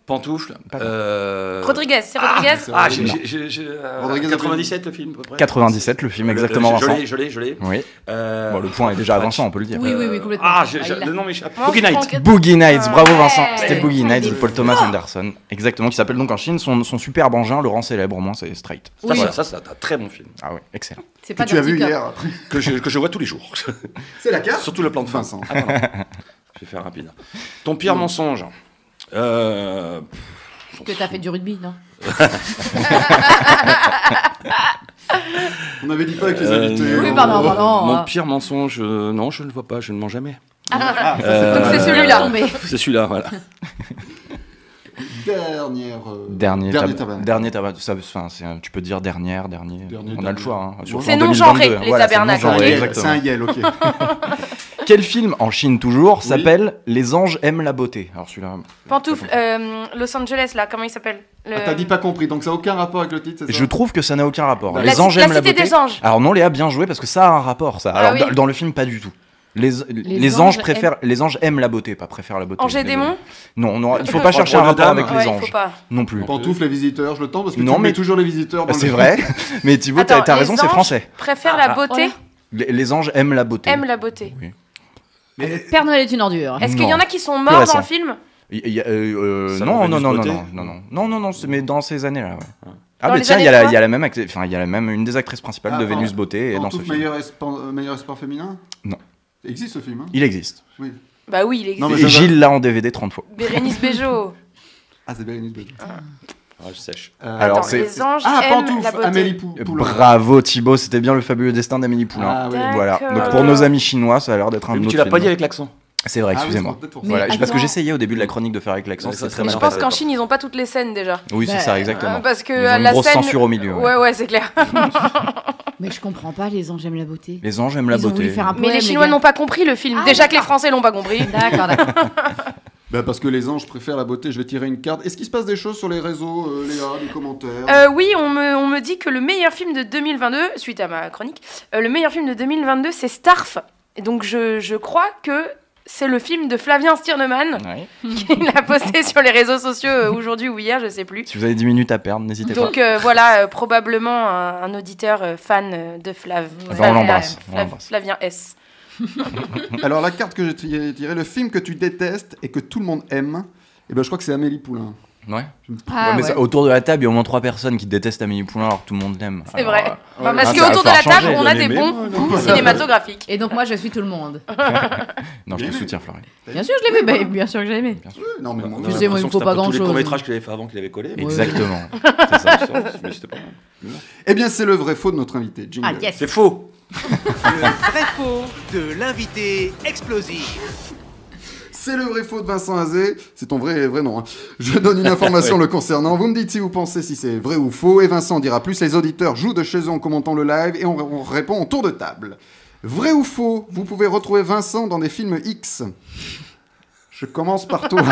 S3: Pantoufle.
S6: Pas mal.
S3: euh,
S4: Rodriguez, c'est Rodriguez
S3: Ah, j'ai-
S6: Non.
S3: j'ai- j'ai- j'ai, euh,
S2: Rodriguez
S3: 97 le film, à peu près.
S6: 97, le film, exactement,
S3: Je, je
S6: Vincent.
S3: l'ai, je l'ai, je l'ai.
S6: Oui,
S3: Euh,
S6: bon, le point est déjà à Vincent, on peut le dire.
S5: Oui, oui, oui, complètement.
S3: Ah, je,
S5: Ah,
S3: je,
S5: il l'a.
S3: le nom m'échappe.
S4: Moi,
S3: Boogie
S4: je prends
S3: Night.
S4: que-
S6: Boogie Nights, bravo
S4: Ouais.
S6: Vincent. C'était Boogie
S4: Ouais.
S6: Nights de Paul Thomas Anderson, exactement, qui s'appelle donc en Chine son, son superbe engin le rend célèbre, au moins c'est straight.
S3: Ça,
S5: Oui.
S3: ça, ça, c'est un très bon film.
S6: Ah oui, excellent.
S5: C'est
S2: que
S5: pas
S2: tu as vu
S5: Dirty Cop.
S2: hier.
S3: Que je, que je vois tous les jours.
S2: C'est la carte
S3: Surtout le plan de
S6: Bah.
S3: fin.
S2: Vincent.
S3: Ah, non, non. Je vais faire rapide. Ton pire mensonge. Euh,
S5: Que t'as fait du rugby, non
S2: On avait dit pas avec les
S3: euh,
S2: invités.
S3: non.
S5: Oui, pardon, pardon.
S3: Mon pire mensonge, euh, non, je ne le vois pas, je ne mens jamais.
S2: Ah.
S4: Donc
S3: Euh,
S4: c'est celui-là.
S5: Tombé.
S3: C'est celui-là, voilà.
S2: Dernière. euh,
S6: Dernier,
S2: dernier
S6: tab-
S2: tabernacle.
S6: dernier tabernacle. Ça, enfin, c'est un- tu peux dire dernière, dernier.
S2: Dernier
S6: on a le
S2: tabernacle.
S6: choix. hein. Surtout
S2: C'est
S6: en
S4: non-genré,
S6: 2022.
S4: les
S6: Voilà, c'est
S4: tabernacles,
S2: C'est un
S4: ok.
S6: non-genré,
S2: yel,
S6: exactement.
S2: C'est un yel, ok.
S6: Quel film en Chine toujours
S2: Oui.
S6: s'appelle Les anges aiment la beauté Alors celui-là,
S4: Pantoufle, euh, Los Angeles, là, comment il s'appelle Le-
S2: Ah, T'as dit pas compris, donc ça n'a aucun rapport avec le titre, c'est ça
S6: je trouve que ça n'a aucun rapport.
S2: La
S6: Les
S4: ci-
S6: anges
S4: la
S6: aiment la
S4: cité
S6: beauté.
S4: des anges.
S6: Alors non, Léa, bien joué parce que ça a un rapport. Ça.
S4: Ah
S6: Alors
S4: oui.
S6: dans, dans le film, pas du tout. Les, les anges,
S5: anges
S6: préfèrent, les anges aiment la beauté, pas préfèrent la beauté.
S4: Angers
S6: désolé.
S4: démon
S6: Non, on aura- il faut
S3: Je
S6: pas
S2: Oh,
S3: crois
S6: chercher un
S3: qu'on a
S6: rapport
S3: dame.
S6: avec
S4: Ouais,
S6: les
S4: il faut
S6: anges
S4: pas.
S6: non plus.
S2: Pantoufle, les visiteurs, je le tente parce que
S6: Non,
S2: tu mets
S6: mais- Bah,
S2: toujours les visiteurs. dans
S6: C'est
S2: le-
S6: vrai, mais Thibaut, t'as
S4: Attends,
S6: t'as
S4: les
S6: raison, c'est
S4: anges
S6: français.
S4: Préfère
S3: Ah,
S4: la
S3: ah,
S4: beauté,
S6: Les, les anges aiment la beauté.
S4: aime la beauté.
S5: Père Noël est une ordure.
S4: Est-ce qu'il y
S6: Non.
S4: en a qui sont morts
S6: récent.
S4: dans le film
S6: Il y a- euh, euh,
S3: Ça l'aurait
S6: non, non,
S3: dû Mmh.
S6: non, non,
S3: spotter.
S6: non, non, non, non, non, non, c'est- mais dans ces années-là, ouais. Ah,
S4: Dans
S6: mais
S4: les
S6: tiens, il y, a
S4: années
S6: la-
S4: quoi
S6: il y a la même, actrice- enfin, il y a la même, une des actrices principales
S2: Ah,
S6: de
S2: pardon.
S6: Vénus Beauté est dans ce
S2: Pantoufle,
S6: film.
S2: meilleur espoir- euh, meilleur espoir féminin
S6: Non.
S2: Il existe ce film, hein
S6: Il existe.
S2: Oui.
S4: Bah oui, il existe.
S2: Non, mais
S6: Et
S2: ça-
S6: Gilles l'a en DVD 30 fois.
S4: Bérénice Bejo.
S2: Ah, c'est Bérénice Bejo.
S3: Ah, je sèche.
S2: Euh,
S6: Alors,
S4: Attends,
S6: c'est-
S4: les anges
S2: Ah,
S4: aiment
S2: Pantoufle,
S4: la beauté.
S2: Amélie Pou-
S6: Euh,
S2: Poulain.
S6: Bravo Thibaut, c'était bien le fabuleux destin d'Amélie Poulain.
S2: Ah oui.
S4: D'accord.
S6: Voilà. Donc pour nos amis chinois, ça a l'air d'être un
S3: Mais
S6: autre
S3: tu l'as
S6: film.
S3: pas dit avec l'accent.
S6: C'est vrai,
S2: Ah oui,
S6: excusez-moi.
S2: c'est mon détour.
S5: Mais
S6: Voilà, parce
S5: attends.
S6: que j'essayais au début de la chronique de faire avec l'accent,
S7: Ouais,
S6: c'est
S7: ça,
S6: très
S7: c'est-
S4: Mais
S6: mal
S4: je
S7: pas
S4: pense
S6: fait.
S7: mal.
S4: qu'en Chine, ils ont pas toutes les scènes déjà.
S6: Oui, c'est
S5: Bah,
S6: ça,
S4: Euh,
S6: exactement.
S4: parce que
S6: Ils ont
S4: euh,
S6: une
S4: la
S6: grosse
S4: scène.
S6: censure au milieu. ouais.
S4: Ouais, ouais, c'est clair.
S5: Mais je comprends pas, les anges aiment la beauté.
S6: Les anges aiment la
S5: Ils ont
S6: beauté.
S5: voulu faire un
S4: Mais
S5: poème,
S4: les Chinois
S5: gars.
S4: n'ont pas compris le film.
S5: Ah,
S4: Déjà que les
S5: d'accord.
S4: Français l'ont pas compris.
S5: D'accord, d'accord.
S2: Bah parce que les anges préfèrent la beauté, je vais tirer une carte. Est-ce qu'il se passe des choses sur les réseaux, euh, Léa, des commentaires
S4: Euh, oui, on me, on me dit que le meilleur film de 2022, suite à ma chronique, euh, le meilleur film de 2022, c'est Starf. Et donc je, je crois que c'est le film de Flavien Stirneman
S6: Ouais.
S4: qu'il a posté sur les réseaux sociaux euh, aujourd'hui ou hier, je sais plus.
S6: Si vous avez 10 minutes à perdre, n'hésitez pas.
S4: Donc euh, voilà, euh, probablement un, un auditeur euh, fan euh, de Flav.
S5: Ouais.
S6: Enfin, on
S4: Flav-
S6: l'embrasse, on
S4: Flav-
S6: l'embrasse.
S4: Flavien S.
S2: Alors la carte que j'ai tirée, tirée, le film que tu détestes et que tout le monde aime, et ben je crois que c'est Amélie Poulain.
S6: Ouais.
S5: Ah,
S6: Ouais, mais
S5: ouais.
S6: ça- autour de la table, il y a au moins trois personnes qui détestent Amélie Poulain alors que tout le monde l'aime.
S4: C'est
S6: Alors,
S4: vrai.
S6: euh,
S2: Ouais,
S4: Parce
S6: Ah,
S4: que
S6: ça va
S4: autour de la
S6: falloir
S4: table,
S6: changer,
S4: on a
S7: bien
S4: des
S7: aimé.
S4: bons
S2: Ouais, non,
S4: goûts
S2: voilà.
S4: cinématographiques.
S5: Et donc moi je suis tout le monde.
S6: Non, je
S2: Bien
S6: te
S2: vu.
S6: soutiens, Florian.
S5: Bien sûr je l'ai aimé, bah, bien sûr que j'ai aimé.
S2: Ouais, Non mais
S7: On a
S2: mon-
S5: Tu sais, moi, il me
S7: l'impression
S5: faut
S7: que
S5: pas
S7: c'est un peu tous les
S5: grand-chose.
S7: courts métrages qu'il avait fait avant qu'il avait collé. mais-
S6: Exactement.
S7: C'est ça, le sens, mais c'était pas mal.
S2: Eh bien c'est le vrai faux de notre invité, Jingle.
S5: Ah yes.
S7: C'est faux.
S1: Le vrai faux de l'invité explosif.
S2: C'est le vrai faux de Vincent Azé, c'est ton vrai, vrai nom. hein. Je donne une information le concernant, vous me dites si vous pensez si c'est vrai ou faux, et Vincent en dira plus, les auditeurs jouent de chez eux en commentant le live, et on, on répond en tour de table. Vrai ou faux, vous pouvez retrouver Vincent dans des films X Je commence par toi.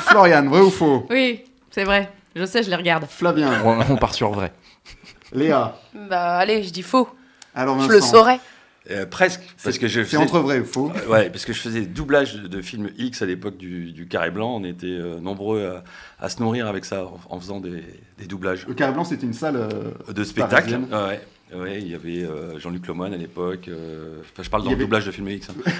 S2: Florian, vrai ou faux
S5: Oui, c'est vrai. Je sais, je les regarde.
S2: Flavien,
S6: On, on part sur vrai.
S2: Léa,
S4: Bah allez, je dis faux.
S2: alors
S4: Je
S2: Vincent.
S4: le saurais.
S7: Euh, presque. Parce que je
S2: C'est
S7: faisais,
S2: entre vrai et faux.
S7: euh, ouais, parce que je faisais des doublages de, de films X à l'époque du, du Carré Blanc. On était euh, nombreux à, à se nourrir avec ça en, en faisant des, des doublages
S2: Le Carré Blanc, c'était une salle. euh,
S7: de spectacles.
S2: Parisienne.
S7: Ouais. Ouais, il y avait euh, Jean-Luc Lemoine à l'époque. euh, enfin, je parle dans
S2: Il y
S7: le
S2: avait-
S7: doublage de films X. hein.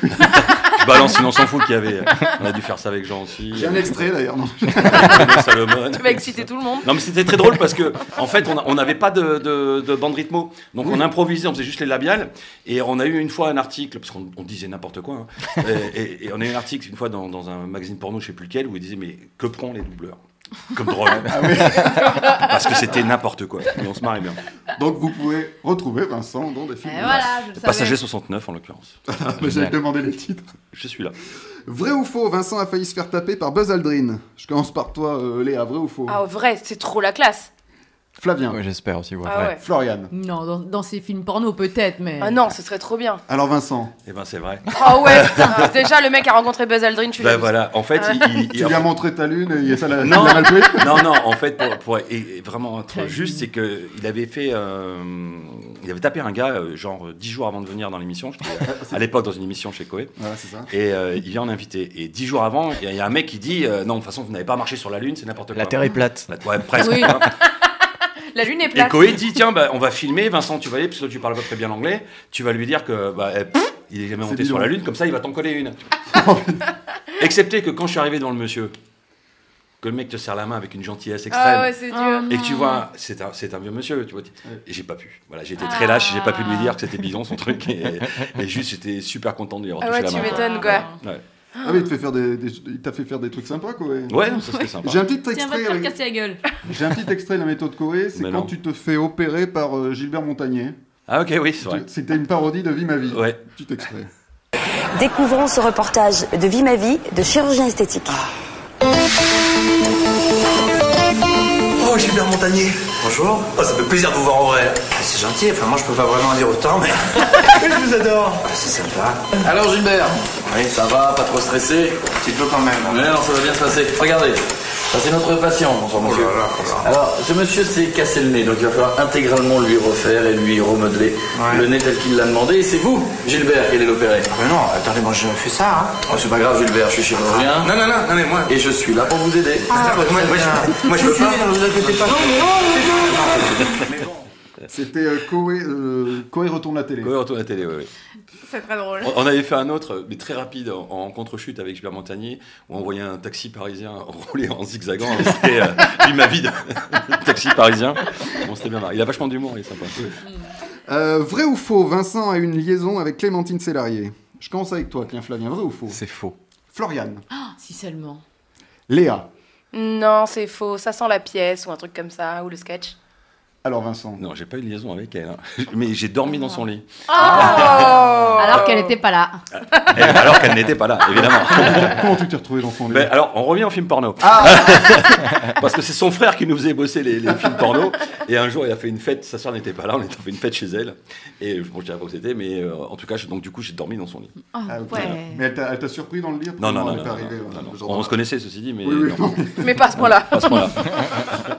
S7: je balance, sinon on s'en fout qu'il y avait. euh, On a dû faire ça avec Jean aussi.
S2: J'ai un extrait d'ailleurs. non
S7: René Salomon.
S4: Tu vas exciter tout le monde.
S7: Non mais c'était très drôle parce que en fait on a- on n'avait pas de, de- de bande rythmo donc on improvisait on faisait juste les labiales et on a eu une fois un article parce qu'on on disait n'importe quoi hein. et, et- et on a eu un article une fois dans, dans un magazine porno je sais plus lequel où il disait mais que prend les doubleurs comme drôle
S2: Ah
S7: parce que c'était n'importe quoi mais on se marrait bien
S2: Donc vous pouvez retrouver Vincent dans des
S5: Et
S2: films.
S5: voilà, je le
S7: passager
S5: savais.
S7: 69 en l'occurrence
S2: Ah, mais J'avais demandé les titres.
S7: je suis là
S2: Vrai ou faux, Vincent a failli se faire taper par Buzz Aldrin. Je commence par toi, euh, Léa, vrai ou faux
S4: Ah vrai, c'est trop la classe.
S2: Flavien,
S6: Ouais, J'espère aussi. ouais,
S4: Ah
S6: vrai.
S4: ouais.
S2: Florian.
S5: Non, dans, dans ces films porno peut-être, mais.
S4: Ah non, ce serait trop bien.
S2: Alors Vincent,
S7: et ben c'est vrai
S4: Ah ouais, putain. déjà le mec a rencontré Buzz Aldrin, tu l'as vu.
S7: ben
S4: Ah
S7: voilà en fait il- il-
S2: tu
S7: il-
S2: lui as montré ta lune et ça l'a
S7: Non.
S2: ça l'a mal pris
S7: Non, non, en fait, pour, pour- et- et vraiment être
S5: Très
S7: juste, c'est qu'il avait fait. euh, il avait tapé un gars, euh, genre 10 jours avant de venir dans l'émission, je crois, à l'époque dans une émission chez Coé,
S2: Voilà, c'est ça.
S7: et euh, il vient en invité. Et 10 jours avant, il y, a- il y a un mec qui dit euh, Non, de toute façon, vous n'avez pas marché sur la Lune, c'est n'importe quoi.
S6: La Terre est plate.
S7: La- ouais, presque.
S5: Oui.
S4: La lune est
S7: Et
S4: plate.
S7: Coé dit Tiens, bah, on va filmer, Vincent, tu vas aller, parce que toi, tu parles pas très bien l'anglais, tu vas lui dire que. Bah, eh, pff, il est jamais
S2: C'est
S7: monté sur
S2: bidon.
S7: la Lune, comme ça, il va t'en coller une. Excepté que quand je suis arrivé devant le monsieur, que le mec te serre la main avec une gentillesse extrême.
S4: Ah ouais, c'est dur.
S5: Ah,
S7: Et que tu vois, c'est un, c'est un vieux monsieur, tu vois. tu-
S2: Ouais.
S7: Et j'ai pas pu. Voilà, j'étais très lâche, j'ai pas pu lui dire que c'était bidon son truc. Et, et juste, j'étais super content de lui avoir
S4: Ah
S7: touché
S4: ouais,
S7: la
S4: tu
S7: main.
S5: m'étais-
S4: m'étonnes quoi.
S7: Ouais,
S2: Ah, mais il te fait faire des- des- il t'a fait faire des trucs sympas, quoi. ouais.
S7: ouais non, ça c'était sympa.
S2: J'ai un petit
S5: Tiens, va te
S2: extrait.
S5: faire
S2: avec-
S5: casser la gueule.
S2: J'ai un petit extrait de la méthode Corée, c'est
S7: Mais
S2: quand
S7: non.
S2: tu te fais opérer par euh, Gilbert Montagnier.
S7: Ah ok, oui, c'est vrai.
S2: C'était une parodie de Vie ma vie.
S7: Ouais.
S2: Petit extrait.
S8: Découvrons ce reportage de Vie ma vie de chirurgien esthétique.
S9: Oh, Gilbert Montagnier. Bonjour. Oh, ça fait plaisir de vous voir en vrai.
S10: C'est gentil, enfin moi je peux pas vraiment en dire autant, mais
S9: Je vous adore.
S10: c'est sympa.
S9: Alors, Gilbert
S10: Oui, ça va, pas trop stressé
S9: Un petit peu quand même. hein.
S10: Non, non, ça va bien se passer. Regardez, ça c'est notre patient, bonsoir monsieur.
S9: là là, oh
S10: Alors, ce monsieur s'est cassé le nez, donc il va falloir intégralement lui refaire et lui remodeler
S9: Ouais.
S10: le nez tel qu'il l'a demandé. Et c'est vous, Gilbert, qui allez l'opérer.
S9: Mais non, attendez, moi je fais ça. Hein.
S10: Oh, c'est pas grave Gilbert, je suis chirurgien.
S9: Non, non, non, non, mais moi.
S10: Et je suis là pour vous aider.
S9: Ah, moi, moi, je, moi je peux pas.
S10: vous inquiétez pas.
S2: C'était euh, Koé, euh, Koé retourne la télé.
S7: Ouais, retourne à la télé, ouais, ouais.
S4: C'est très drôle.
S7: On- On avait fait un autre, mais très rapide, en, en contre-chute avec Gilbert Montagnier, où on voyait un taxi parisien rouler en zigzagant. et C'était euh, lui, ma vie de taxi parisien. On s'était bien marré. Il a vachement d'humour, il est sympa.
S2: Euh, vrai ou faux, Vincent a une liaison avec Clémentine Célarier. Je commence avec toi, tiens Flavien, vrai ou faux
S6: C'est faux.
S2: Florian,
S5: Si seulement.
S2: Léa,
S4: Non, c'est faux. Ça sent la pièce ou un truc comme ça, ou le sketch.
S2: Alors Vincent,
S3: Non, j'ai pas eu de liaison avec elle. hein. Mais j'ai dormi dans son lit.
S5: Alors qu'elle n'était pas là.
S3: Et alors qu'elle n'était pas là, évidemment.
S2: comment tu t'es retrouvé dans son lit
S3: Ben, alors, on revient au film porno. Parce que c'est son frère qui nous faisait bosser les, les films porno. Et un jour, il a fait une fête. Sa soeur n'était pas là. On a fait une fête chez elle. Et bon, je dirais pas où c'était, mais euh, en tout cas, je- donc du coup, j'ai dormi dans son lit.
S2: Ah, ok.
S5: ouais.
S2: Mais elle t'a elle t'a surpris dans le lit
S3: Non, non,
S2: Comment
S3: non,
S2: elle
S3: non,
S2: est
S3: non,
S2: arrivée,
S3: non,
S2: euh,
S3: non, non.
S2: genre-
S3: On se connaissait, ceci dit, mais
S2: Oui, oui,
S3: non,
S2: non.
S4: Oh, Mais pas à ce point-là.
S3: pas à ce point-là.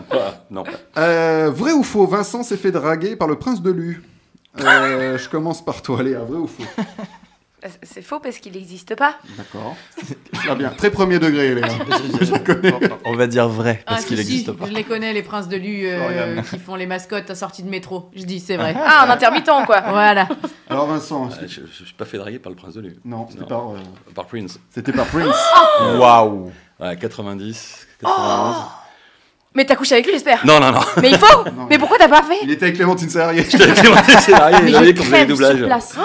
S3: Pas- non.
S2: Euh, vrai ou faux, Vincent s'est fait draguer par le prince de Lu. Euh, je commence par toi, Léa. Vrai ou faux
S4: C'est faux parce qu'il n'existe pas.
S2: D'accord. Très bien. Très premier degré, Léa.
S6: On va dire vrai, parce
S5: Ah,
S6: qu'il
S5: si, si,
S6: n'existe pas.
S5: Je les connais, les princes de Lu euh,
S2: Florian.
S5: qui font les mascottes à sortie de métro. Je dis, c'est vrai.
S4: Ah, un intermittent, quoi.
S5: voilà.
S2: Alors, Vincent,
S3: Euh, Je, je suis pas fait draguer par le prince de Lu.
S2: non, c'était
S3: Non.
S2: par, euh,
S3: Par Prince.
S2: c'était par Prince.
S6: Waouh
S3: Ouais, 90.
S5: Oh.
S3: 91.
S4: Mais t'as couché avec lui, j'espère.
S3: non, non, non.
S4: Mais il faut
S2: Non,
S4: Mais pourquoi t'as pas fait
S2: Il était avec Clémentine Serrier.
S3: Je t'avais demandé le scénario,
S5: Mais
S3: j'avais
S5: je
S3: compris les
S5: crève sur
S3: doublages.
S5: place.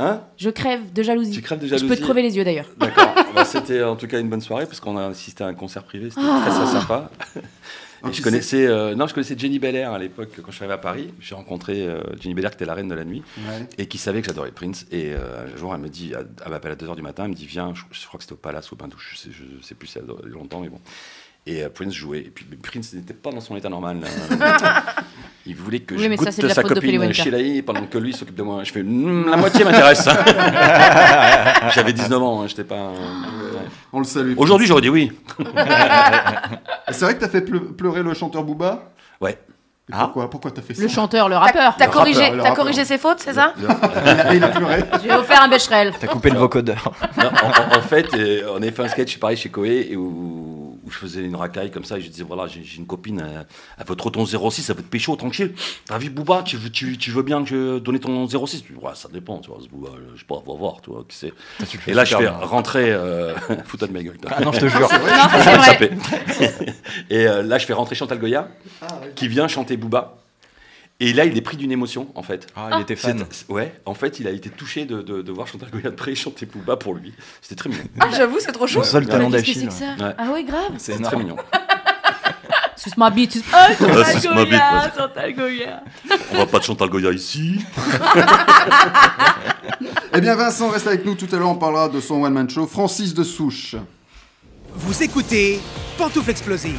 S3: Hein
S5: Je crève de jalousie.
S3: Tu crèves de
S5: Je peux te
S3: jalousie.
S5: crever les yeux d'ailleurs.
S3: D'accord. Bah, c'était en tout cas une bonne soirée parce qu'on a assisté à un concert privé, c'était très,
S5: Ah.
S3: très sympa. Et
S2: Donc,
S3: je connaissais, euh, non, je connaissais Jenny Belair à l'époque quand je suis arrivé à Paris. J'ai rencontré euh, Jenny Belair qui était la reine de la nuit
S2: Ouais.
S3: et qui savait que j'adorais Prince. Et euh, un jour, elle me dit, elle elle m'appelle à 2h du matin, elle me dit Viens, je, je crois que c'était au Palace, au Bain Douche, je sais, je sais plus, c'est il y a longtemps, mais bon. Et euh, Prince jouait. Et puis mais Prince n'était pas dans son état normal. là. Il voulait que
S5: Oui,
S3: je
S5: mais ça,
S3: goûte
S5: c'est de la
S3: sa
S5: faute de Polly
S3: copine
S5: Winter.
S3: Sheila pendant que lui s'occupe de moi. Je fais Mm, la moitié m'intéresse. J'avais 19 ans, hein, j'étais pas. un- ouais.
S2: On le salue.
S3: Aujourd'hui, j'aurais dit oui.
S2: C'est vrai que t'as fait ple- pleurer le chanteur Booba
S3: Ouais.
S2: Et
S3: Ah.
S2: Pourquoi Pourquoi t'as fait ça
S5: Le chanteur, le
S4: T'as-
S5: rappeur.
S4: T'as
S2: Le
S4: corrigé,
S2: rappeur, le
S4: t'as
S2: rappeur.
S4: corrigé ses fautes, c'est ça
S2: Et il a pleuré.
S5: Je vais vous faire un becherel.
S6: T'as coupé le vocodeur.
S3: Non, en, en- en fait, euh, on avait fait un sketch pareil chez Coé et où, où je faisais une racaille comme ça. Et je disais voilà, j'ai j'ai une copine, euh, elle veut trop ton 06, elle veut te pécho, tranquille. T'as vu Booba, tu veux, tu, tu veux bien que je donne ton 06 Tu dis, ouais, ça dépend, tu vois, ce Booba, je sais pas, on va voir, tu vois, qui c'est. Et là, je fais rentrer. Euh, Fous-toi de ma gueule, toi.
S6: Ah non, je te jure.
S5: Non, ça,
S3: Ça me
S5: c'est vrai.
S3: tapait. Et euh, là, je fais rentrer Chantal Goya,
S6: Ah,
S3: qui vient chanter Booba. Et là, il est pris d'une émotion, en fait.
S6: Ah, il était fan.
S3: C'est- Ouais, en fait, il a été touché de, de- de voir Chantal Goya de près chanter Booba pour lui. C'était très mignon.
S4: Ah, j'avoue, c'est trop chaud.
S6: Mon seul
S3: Mais
S6: talent
S4: Mais qu'est-ce que
S6: d'Achille.
S4: c'est que ça
S3: Ouais.
S4: Ah ouais, grave.
S6: C'est
S3: C'était très
S6: énorme.
S3: mignon.
S5: Suce ma bite. suce-
S4: Oh,
S3: Ah, c'est ma
S4: Chantal
S3: bite,
S4: Goya,
S3: vas-y.
S4: Chantal Goya.
S3: On va pas de Chantal Goya ici.
S2: Eh bien, Vincent, reste avec nous. Tout à l'heure, on parlera de son one-man show, Francis de Souche.
S1: Vous écoutez Pantoufle Explosive.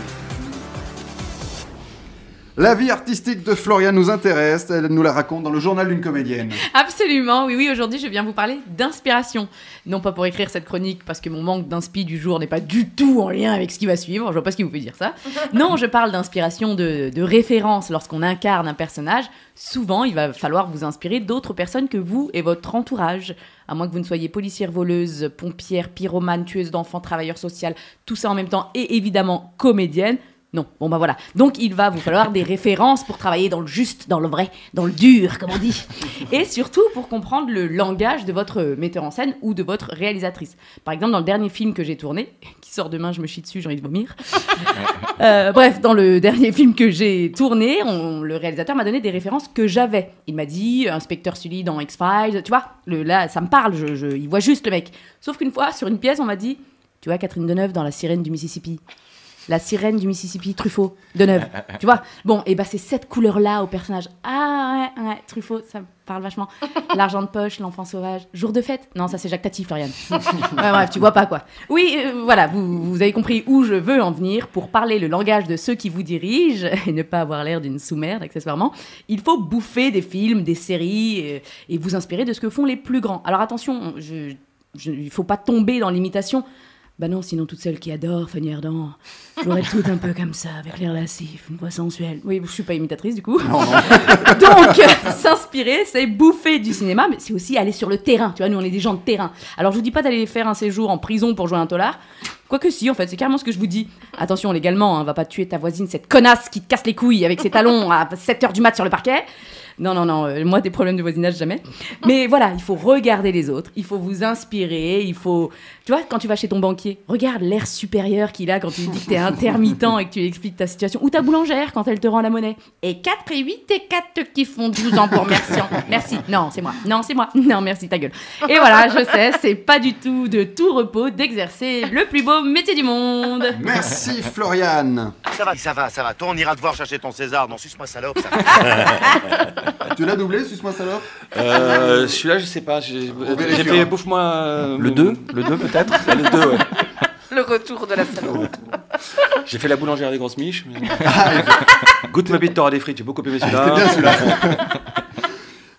S2: La vie artistique de Florian nous intéresse. Elle nous la raconte dans le journal d'une comédienne.
S5: Absolument, oui, oui, aujourd'hui je viens vous parler d'inspiration. Non pas pour écrire cette chronique, parce que mon manque d'inspi du jour n'est pas du tout en lien avec ce qui va suivre, je vois pas ce qui vous fait dire ça. Non, je parle d'inspiration, de, de référence. Lorsqu'on incarne un personnage, souvent il va falloir vous inspirer d'autres personnes que vous et votre entourage. À moins que vous ne soyez policière voleuse, pompière, pyromane, tueuse d'enfants, travailleur social, tout ça en même temps, et évidemment comédienne. Non, bon bah voilà. Donc il va vous falloir des références pour travailler dans le juste, dans le vrai, dans le dur, comme on dit. Et surtout pour comprendre le langage de votre metteur en scène ou de votre réalisatrice. Par exemple, dans le dernier film que j'ai tourné, qui sort demain, je me chie dessus, j'ai envie de vomir. Euh, bref, dans le dernier film que j'ai tourné, on- le réalisateur m'a donné des références que j'avais. Il m'a dit inspecteur Sully dans X-Files, tu vois, le, là ça me parle, je, je- il voit juste le mec. Sauf qu'une fois, sur une pièce, on m'a dit, tu vois Catherine Deneuve dans La sirène du Mississippi. La sirène du Mississippi, Truffaut, Deneuve. tu vois Bon, et bah c'est cette couleur-là au personnage. Ah ouais, ouais, Truffaut, ça me parle vachement. L'argent de poche, l'enfant sauvage, jour de fête. Non, ça c'est Jacques Tati, Florian. Ouais, bref, tu vois pas quoi. Oui, euh, voilà, vous, vous avez compris où je veux en venir. Pour parler le langage de ceux qui vous dirigent et ne pas avoir l'air d'une sous-merde, accessoirement, il faut bouffer des films, des séries euh, et, vous inspirer de ce que font les plus grands. Alors attention, je, je- il faut pas tomber dans l'imitation. Bah non, sinon toutes celles qui adorent Fanny Ardant, j'aurais tout un peu comme ça, avec l'air lascif, une voix sensuelle. Oui, je suis pas imitatrice du coup. Donc, euh, s'inspirer, c'est bouffer du cinéma, mais c'est aussi aller sur le terrain. Tu vois, nous, on est des gens de terrain. Alors, je vous dis pas d'aller faire un séjour en prison pour jouer un tolard. Quoique si, en fait, c'est carrément ce que je vous dis. Attention, légalement, hein, va pas tuer ta voisine, cette connasse qui te casse les couilles avec ses talons à 7h du mat sur le parquet. Non, non, non, euh, moi, des problèmes de voisinage, jamais. Mais voilà, il faut regarder les autres, il faut vous inspirer, il faut. Tu vois, quand tu vas chez ton banquier, regarde l'air supérieur qu'il a quand tu lui dis que t'es intermittent et que tu lui expliques ta situation. Ou ta boulangère quand elle te rend la monnaie. Et 4 et 8 et 4 qui font 12 ans pour merci. Merci. Non, c'est moi. Non, c'est moi. Non, merci, ta gueule. Et voilà, je sais, c'est pas du tout de tout repos d'exercer le plus beau métier du monde.
S2: Merci Floriane.
S7: Ça va, ça va, ça va. Toi, on ira devoir chercher ton César. Non, suce-moi salope, ça.
S2: Tu l'as doublé, suce-moi salope
S3: Euh, Celui-là, je sais pas. J'ai j'ai
S2: vérifiera.
S3: fait bouffe-moi. euh,
S6: Le 2 Le 2 peut-être
S3: Ah, Le 2, ouais.
S4: Le retour de la salope.
S3: J'ai fait la boulangère des grosses miches. mais- Ah, Goûte ma bite, t'auras des frites. J'ai beaucoup aimé
S7: Ah,
S3: celui-là.
S2: Bien celui-là.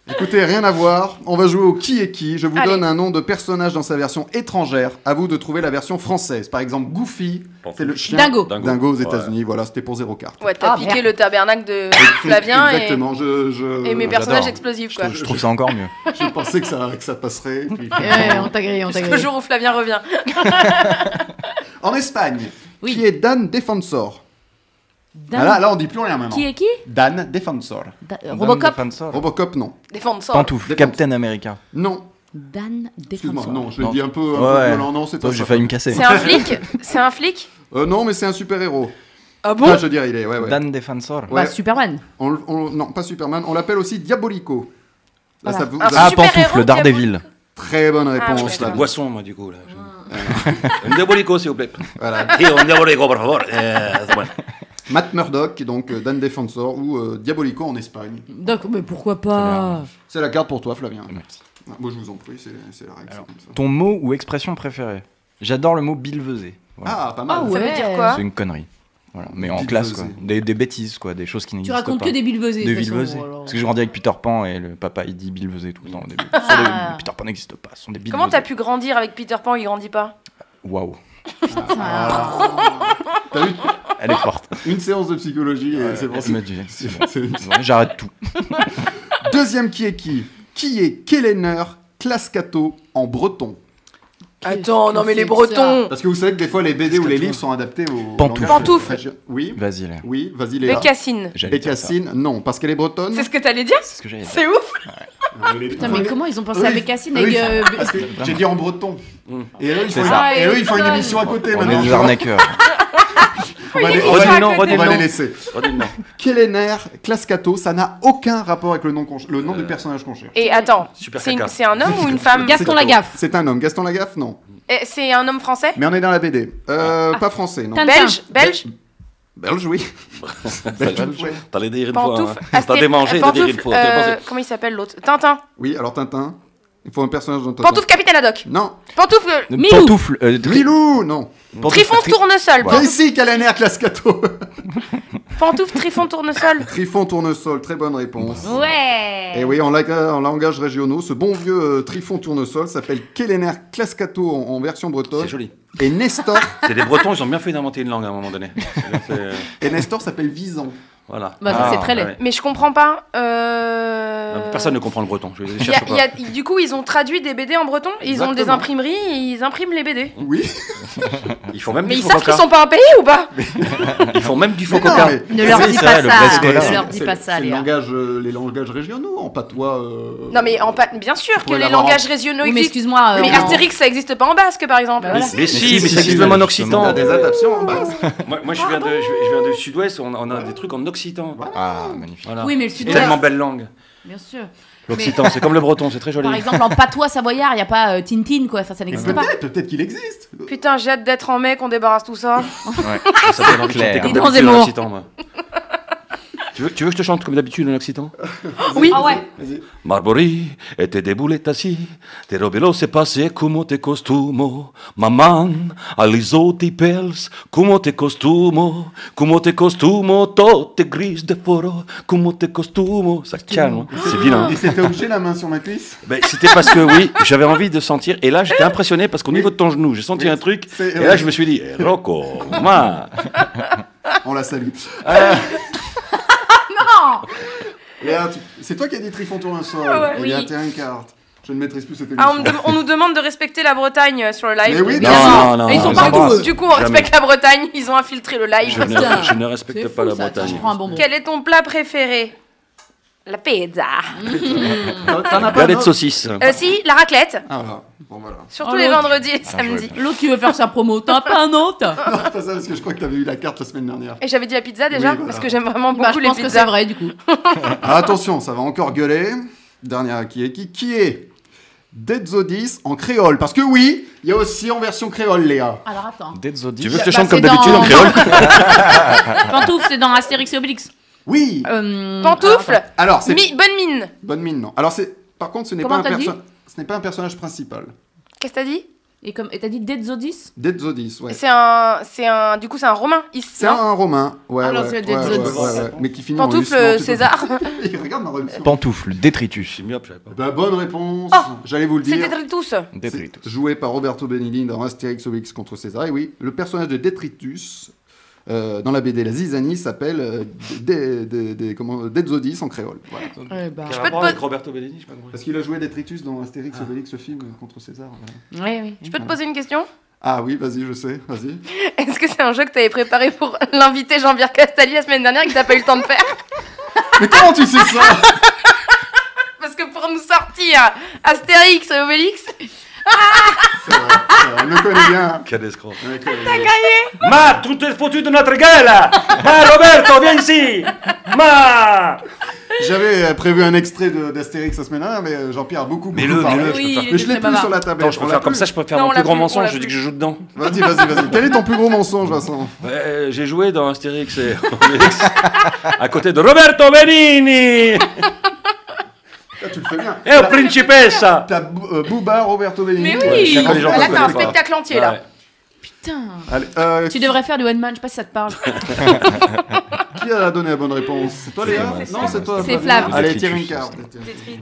S2: Écoutez, rien à voir. On va jouer au qui est qui. Je vous
S4: Allez.
S2: donne un nom de personnage dans sa version étrangère. À vous de trouver la version française. Par exemple, Goofy, c'est le chien.
S5: Dingo.
S2: Dingo aux États-Unis. Voilà, c'était pour zéro carte.
S4: Ouais, t'as
S5: Ah,
S4: piqué
S5: merde.
S4: le tabernacle de Ah, Flavien et,
S2: Exactement. Je, je-
S4: et mes
S6: Euh, j'adore.
S4: personnages explosifs, quoi.
S6: Je trouve ça encore mieux.
S2: je pensais que ça, que ça passerait. Puis-
S5: Ouais, Eh, on t'a grillé, on t'a
S4: Jusqu'au
S5: grillé.
S4: jour où Flavien revient.
S2: En Espagne,
S5: Oui.
S2: qui est Dan Defensor.
S5: Dingue.
S2: Ah Là, là, on dit plus rien maintenant.
S5: Qui est qui
S2: Dan Defensor.
S5: Da- euh,
S6: Dan
S5: Robocop
S6: Defensor.
S2: Robocop, non.
S4: Défendre ça.
S6: Pantoufle, Captain America.
S2: Non.
S5: Dan
S2: Excuse-moi,
S5: Defensor.
S2: non, je
S6: Non.
S2: l'ai dit un peu, un
S6: Ouais.
S2: peu violent. Non, c'est
S6: Toi,
S2: pas
S6: j'ai
S2: ça.
S6: failli me casser.
S4: C'est un flic C'est un flic
S2: Euh, non, mais c'est un super-héros.
S4: Ah
S2: Là,
S4: bon
S2: je veux dire, il est, ouais, ouais.
S6: Dan Defensor.
S5: Bah,
S2: Ouais.
S5: Superman.
S2: On l- on- non, pas Superman, on l'appelle aussi Diabolico. Là,
S5: Voilà.
S2: ça vous,
S4: Un
S2: ça-
S6: Ah,
S4: Super héros,
S6: Pantoufle, Daredevil.
S2: Très bonne
S4: Ah,
S2: réponse,
S4: ouais.
S3: C'était
S2: là.
S3: le boisson, moi, du coup. Là. Euh, un diabolico, s'il vous plaît.
S2: Voilà.
S3: Et un diabolico, por favor. Euh, c'est bon.
S2: Matt Murdock, donc euh, Dan Defensor, ou euh, Diabolico en Espagne.
S5: Donc, mais pourquoi pas
S2: C'est la carte pour toi, Flavien.
S6: Merci.
S2: Ah, Moi, je vous en prie, c'est c'est la règle. c'est
S6: Alors,
S2: comme ça.
S6: Ton mot ou expression préférée J'adore le mot bilvesé. Voilà.
S2: Ah, pas mal.
S4: Ça veut dire quoi
S6: C'est une connerie. Voilà. Mais en
S2: Bilvesé.
S6: classe, quoi. Des, des bêtises, quoi. Des choses qui
S5: Tu
S6: n'existent pas.
S5: racontes que des bilvesés.
S6: De
S5: toute façon,
S6: Villevesé.
S5: alors.
S6: Parce que je grandis avec Peter Pan et le papa il dit Villevesé tout le temps au début.
S5: Ah.
S6: Sur le- Peter Pan n'existe pas, ce sont des Villevesé.
S4: Comment t'as pu grandir avec Peter Pan Il grandit pas.
S6: Waouh,
S5: Oh
S2: Ah. T'as vu
S6: elle est forte.
S2: une séance de psychologie et c'est bon.
S6: Elle me dit, c'est bon,
S2: c'est-
S6: c'est bon, J'arrête tout.
S2: Deuxième qui est qui Qui est Kellener Clascato en breton
S4: Attends, non mais les
S5: c'est
S4: Bretons
S2: Parce que vous savez que des fois les BD ou les livres sont adaptés au
S6: Pantoufle.
S2: langage-
S4: Pantoufle.
S2: Oui,
S6: Vas-y, là.
S2: oui, vas-y Léa.
S4: Bécassine.
S6: J'allais dire ça.
S2: Bécassine, non, parce qu'elle est bretonne.
S4: C'est ce que t'allais dire
S6: C'est ce que j'allais dire.
S4: C'est ouf
S5: Putain, mais comment ils ont pensé
S2: Ah, Oui. Ah
S5: à Bécassine
S2: Oui.
S5: et euh,
S2: Parce que j'ai dit en breton.
S3: Mm.
S2: Et eux, ils font,
S6: C'est
S2: une-
S5: ça.
S2: et eux, ils font
S5: Ah,
S2: une émission à côté
S6: On
S2: maintenant.
S6: est des arnaqueurs.
S2: On va les, on
S4: Ils sont
S2: va
S4: à
S2: les-
S4: côté.
S2: on va
S3: non.
S2: les laisser.
S3: Redis le nom.
S2: Kellener, Clascato, ça n'a aucun rapport avec le nom, qu'on ch- le nom
S6: Euh.
S2: du personnage qu'on cherche.
S4: Et attends,
S3: Super
S4: c'est une-
S3: caca.
S4: c'est un homme ou une femme
S5: Gaston Lagaffe.
S2: C'est un homme. Gaston Lagaffe, non.
S4: Eh, C'est un homme français
S2: Mais on est dans la BD.
S5: Ah.
S2: Euh, Pas français, non.
S5: Tintin.
S4: Belge Belge
S2: Belge, oui. Belge, ouais.
S3: T'allais dire une fois.
S4: Pantoufle
S5: Ah,
S3: hein. T'as
S4: Asté-
S3: démangé, t'as dit une
S4: Pantoufle
S3: fois. t'as
S4: euh,
S3: dépensé.
S4: Comment il s'appelle l'autre Tintin
S2: Oui, alors Tintin. Il faut un personnage dans Tintin.
S4: Pantoufle Capitaine Haddock
S2: Non.
S4: Pantoufle euh,
S5: Milou.
S6: Pantoufle. euh, tri-
S2: Milou, non.
S6: pantoufle-
S4: Trifon
S6: tri-
S4: Tournesol
S2: Mais si, Kellener, Clascato.
S4: Pantoufle Trifon Tournesol
S2: Trifon Tournesol, très bonne réponse.
S5: Ouais.
S2: Et oui, en, laga- en langage régionaux, ce bon vieux euh, Trifon Tournesol s'appelle Kellener Clascato en, en version bretonne.
S3: C'est joli.
S2: Et Nestor,
S3: C'est des Bretons, ils ont bien fait d'inventer une langue à un moment donné. C'est- euh,
S2: et Nestor s'appelle Visan.
S3: Voilà.
S5: Bah, ça,
S6: Ah,
S5: c'est très laid.
S3: ouais.
S4: Mais je comprends pas. Euh...
S3: Personne ne comprend le breton. Je je
S4: Y a-
S3: cherche
S4: y a-
S3: pas.
S4: du coup, ils ont traduit des BD en breton, ils ont des
S2: Exactement.
S4: imprimeries, et ils impriment les BD.
S2: Oui.
S3: Ils font même
S4: Mais
S3: du
S4: ils
S3: faux
S4: savent qu'ils
S3: coca.
S4: sont pas un pays ou pas
S3: Ils font même du faux
S2: Mais non,
S3: coca.
S2: mais-
S5: Ne leur
S6: Oui,
S5: dis
S6: c'est
S5: pas
S6: vrai, le
S5: ça.
S6: Brescola.
S5: Ne leur
S2: c'est-
S5: dis pas
S2: c'est
S5: ça,
S2: le
S5: Léa.
S2: langage, euh, les langages régionaux, en patois. euh,
S4: Non mais en pa- bien sûr que
S2: pouvez
S4: les
S2: l'avoir en-
S4: langages régionaux
S5: Oui, mais
S4: existent.
S5: excuse-moi. euh,
S4: Mais
S5: en-
S4: Astérix, ça existe pas en basque, par exemple.
S5: Bah voilà.
S3: Mais si, mais ça
S6: si, si,
S3: existe même en occitan.
S6: justement.
S2: T'as des adaptions en base.
S3: Moi, moi, je, viens de, je, je viens du sud-ouest, on, on a des trucs en occitan.
S6: Ah, magnifique.
S3: Voilà.
S5: Oui, mais le
S3: C'est
S5: sud-ouest.
S3: tellement belle langue.
S5: Bien sûr.
S3: L'occitan, c'est comme le breton, c'est très joli.
S5: Par exemple, en patois savoyard, il n'y a pas euh, Tintine, quoi. Enfin, ça n'existe pas.
S2: Peut-être, peut-être qu'il existe.
S4: Putain, j'ai hâte d'être en mai qu'on débarrasse tout ça.
S3: Ah, ça fait envie de chanter
S6: Claire.
S3: comme
S5: Et dans
S3: d'habitude en
S5: Zemmour.
S3: occitan, moi. Tu veux, tu veux que je te chante comme d'habitude en occitan
S4: Oui.
S5: Ah ouais.
S2: Vas-y.
S3: Marbury était déboulé assis, te robelo se passe como te costumo, maman, alisou te pels, como te costumo, como te costumo, tout est gris de foro, como te costumo. Ça calme, hein. c'est bien. hein.
S2: Et c'était obligé la main sur ma cuisse.
S3: Ben, c'était parce que oui, j'avais envie de sentir. Et là, j'étais impressionné parce qu'au niveau de ton genou, j'ai senti un truc.
S2: C'est-
S3: Et là, je me suis dit, eh, Rocco, ma.
S2: On la salue. Euh.
S5: Non.
S2: Léa, tu- c'est toi qui as dit Trifon Tournesol.
S4: Ah ouais.
S2: Eh bien,
S4: Oui.
S2: t'es une carte. Je ne maîtrise plus cette émission.
S4: Ah, on, me dem- on nous demande de respecter la Bretagne euh, sur le live.
S2: Mais oui, bien
S3: Non,
S2: sûr.
S3: non, non,
S5: Et ils
S3: non,
S5: sont
S3: je
S5: partout,
S3: l'embrasse.
S5: eux.
S4: Du coup, on
S3: Jamais.
S4: respecte la Bretagne, ils ont infiltré le
S3: Je
S4: live.
S3: ne, je ne respecte
S5: C'est
S3: pas
S5: fou,
S3: la
S5: ça. Attends,
S3: Bretagne.
S5: Je prends un bonbon.
S4: Quel est ton plat préféré La pizza.
S2: T'en as pas
S3: Galette
S2: un autre
S3: saucisse.
S4: Euh, si, la raclette.
S2: Ah, voilà. Bon, voilà.
S4: Surtout
S5: Oh,
S4: les
S5: l'autre.
S4: vendredis et les samedis.
S5: L'autre qui veut faire sa promo, t'as pas un autre
S2: Non, c'est pas ça, parce que je crois que t'avais eu la carte la semaine dernière.
S4: Et j'avais dit la pizza déjà,
S2: Oui, voilà.
S4: parce que j'aime vraiment
S5: Bah,
S4: beaucoup
S5: je
S4: les
S5: pense que c'est
S4: pizzas.
S5: vrai du coup.
S2: Ah, attention, ça va encore gueuler. Dernière qui est qui Qui est Deadzodis en créole Parce que oui, il y a aussi en version créole, Léa.
S5: Alors attends.
S3: Tu veux que je te
S5: Bah,
S3: chante comme
S5: c'est
S3: d'habitude
S5: dans-
S3: en créole
S5: Pantoufle, c'est dans Astérix et Obélix.
S2: Oui
S5: Euh,
S4: Pantoufle,
S2: Alors, c'est.
S4: mi- bonne mine.
S2: Bonne mine, non. Alors, c'est. Par contre, ce n'est pas,
S5: Comment
S2: un
S5: t'as dit
S2: perso- ce n'est pas un personnage principal.
S4: Qu'est-ce que t'as dit
S5: Et comme et t'as dit Deadzodis
S2: Deadzodis, ouais.
S4: C'est un, c'est un, du coup c'est un romain. Il-
S2: C'est
S4: non
S2: un, un romain. Ouais,
S5: Ah non,
S2: ouais,
S5: c'est
S2: ouais,
S5: Deadzodis.
S2: ouais, ouais, ouais. Mais qui finit en russe.
S4: Pantoufle
S2: non, tu peux-
S4: César.
S2: Et regarde ma réponse.
S6: Pantoufle, détritus.
S3: C'est mieux, je savais pas.
S2: Bah, bonne réponse.
S4: Oh
S2: J'allais vous le dire.
S4: C'était tous.
S2: C'est
S6: Détritus.
S2: Joué par Roberto Benigni dans Astérix Obélix contre César. Et oui, le personnage de Detritus euh, dans la BD La Zizanie s'appelle euh, De- De- De- comment- Deadzodis en créole. Voilà.
S5: Ouais, bah.
S3: Quel
S4: peux te
S3: rapport
S4: poser-
S3: avec Roberto Benigni, je sais pas compris.
S2: Parce qu'il a joué Detritus dans Astérix Obélix le film euh, contre César. voilà.
S5: Ouais, oui.
S4: Je peux te poser une question
S2: Ah oui, vas-y, je sais, vas-y.
S4: Est-ce que c'est un jeu que t'avais préparé pour l'invité Jean-Pierre Castaldi la semaine dernière et que t'as pas eu le temps de faire
S2: Mais comment tu sais ça
S4: Parce que pour nous sortir Astérix et Obélix,
S2: C'est vrai, c'est vrai, On le connaît bien.
S3: Quel escroc.
S2: On le connaît bien.
S11: Ma, tu t'es foutu de notre gueule Ma, Roberto, viens ici Ma
S2: J'avais euh, prévu un extrait de- d'Astérix la semaine dernière, mais euh, Jean-Pierre a beaucoup, beaucoup
S3: Mais le,
S2: parlé.
S3: mais le, je peux
S5: Oui,
S3: faire.
S5: il
S2: Mais je
S5: était
S2: l'ai
S5: très
S2: plus sur
S5: bavard.
S2: la table.
S3: Attends, je
S2: on
S3: peux
S2: l'a
S3: faire comme
S2: plus.
S3: ça, je peux faire
S4: Non, on
S3: mon
S4: l'a
S3: plus grand
S4: plus, on l'a
S3: mensonge, je
S4: plus.
S3: dis que je joue dedans.
S2: Vas-y, vas-y, vas-y. Quel est ton plus gros mensonge, Vincent
S3: Euh, J'ai joué dans Astérix et Obélix à côté de Roberto Benigni
S2: Ah, Tu le fais bien.
S3: et Principessa.
S2: T'as Bou- euh, Booba, Roberto Benigni.
S5: Mais oui
S3: chacun les gens
S4: là
S3: peuvent
S4: t'as un
S3: le faire.
S4: spectacle entier là.
S3: Ouais.
S5: Putain
S2: Allez, euh,
S5: Tu devrais faire du one man, je sais pas si ça te parle.
S2: Qui a donné la bonne réponse C'est toi, Léa
S6: moi, c'est
S2: Non,
S6: moi,
S2: c'est toi.
S5: c'est
S2: Flavien.
S5: Flav.
S2: Allez,
S3: Détritus.
S2: tire une carte.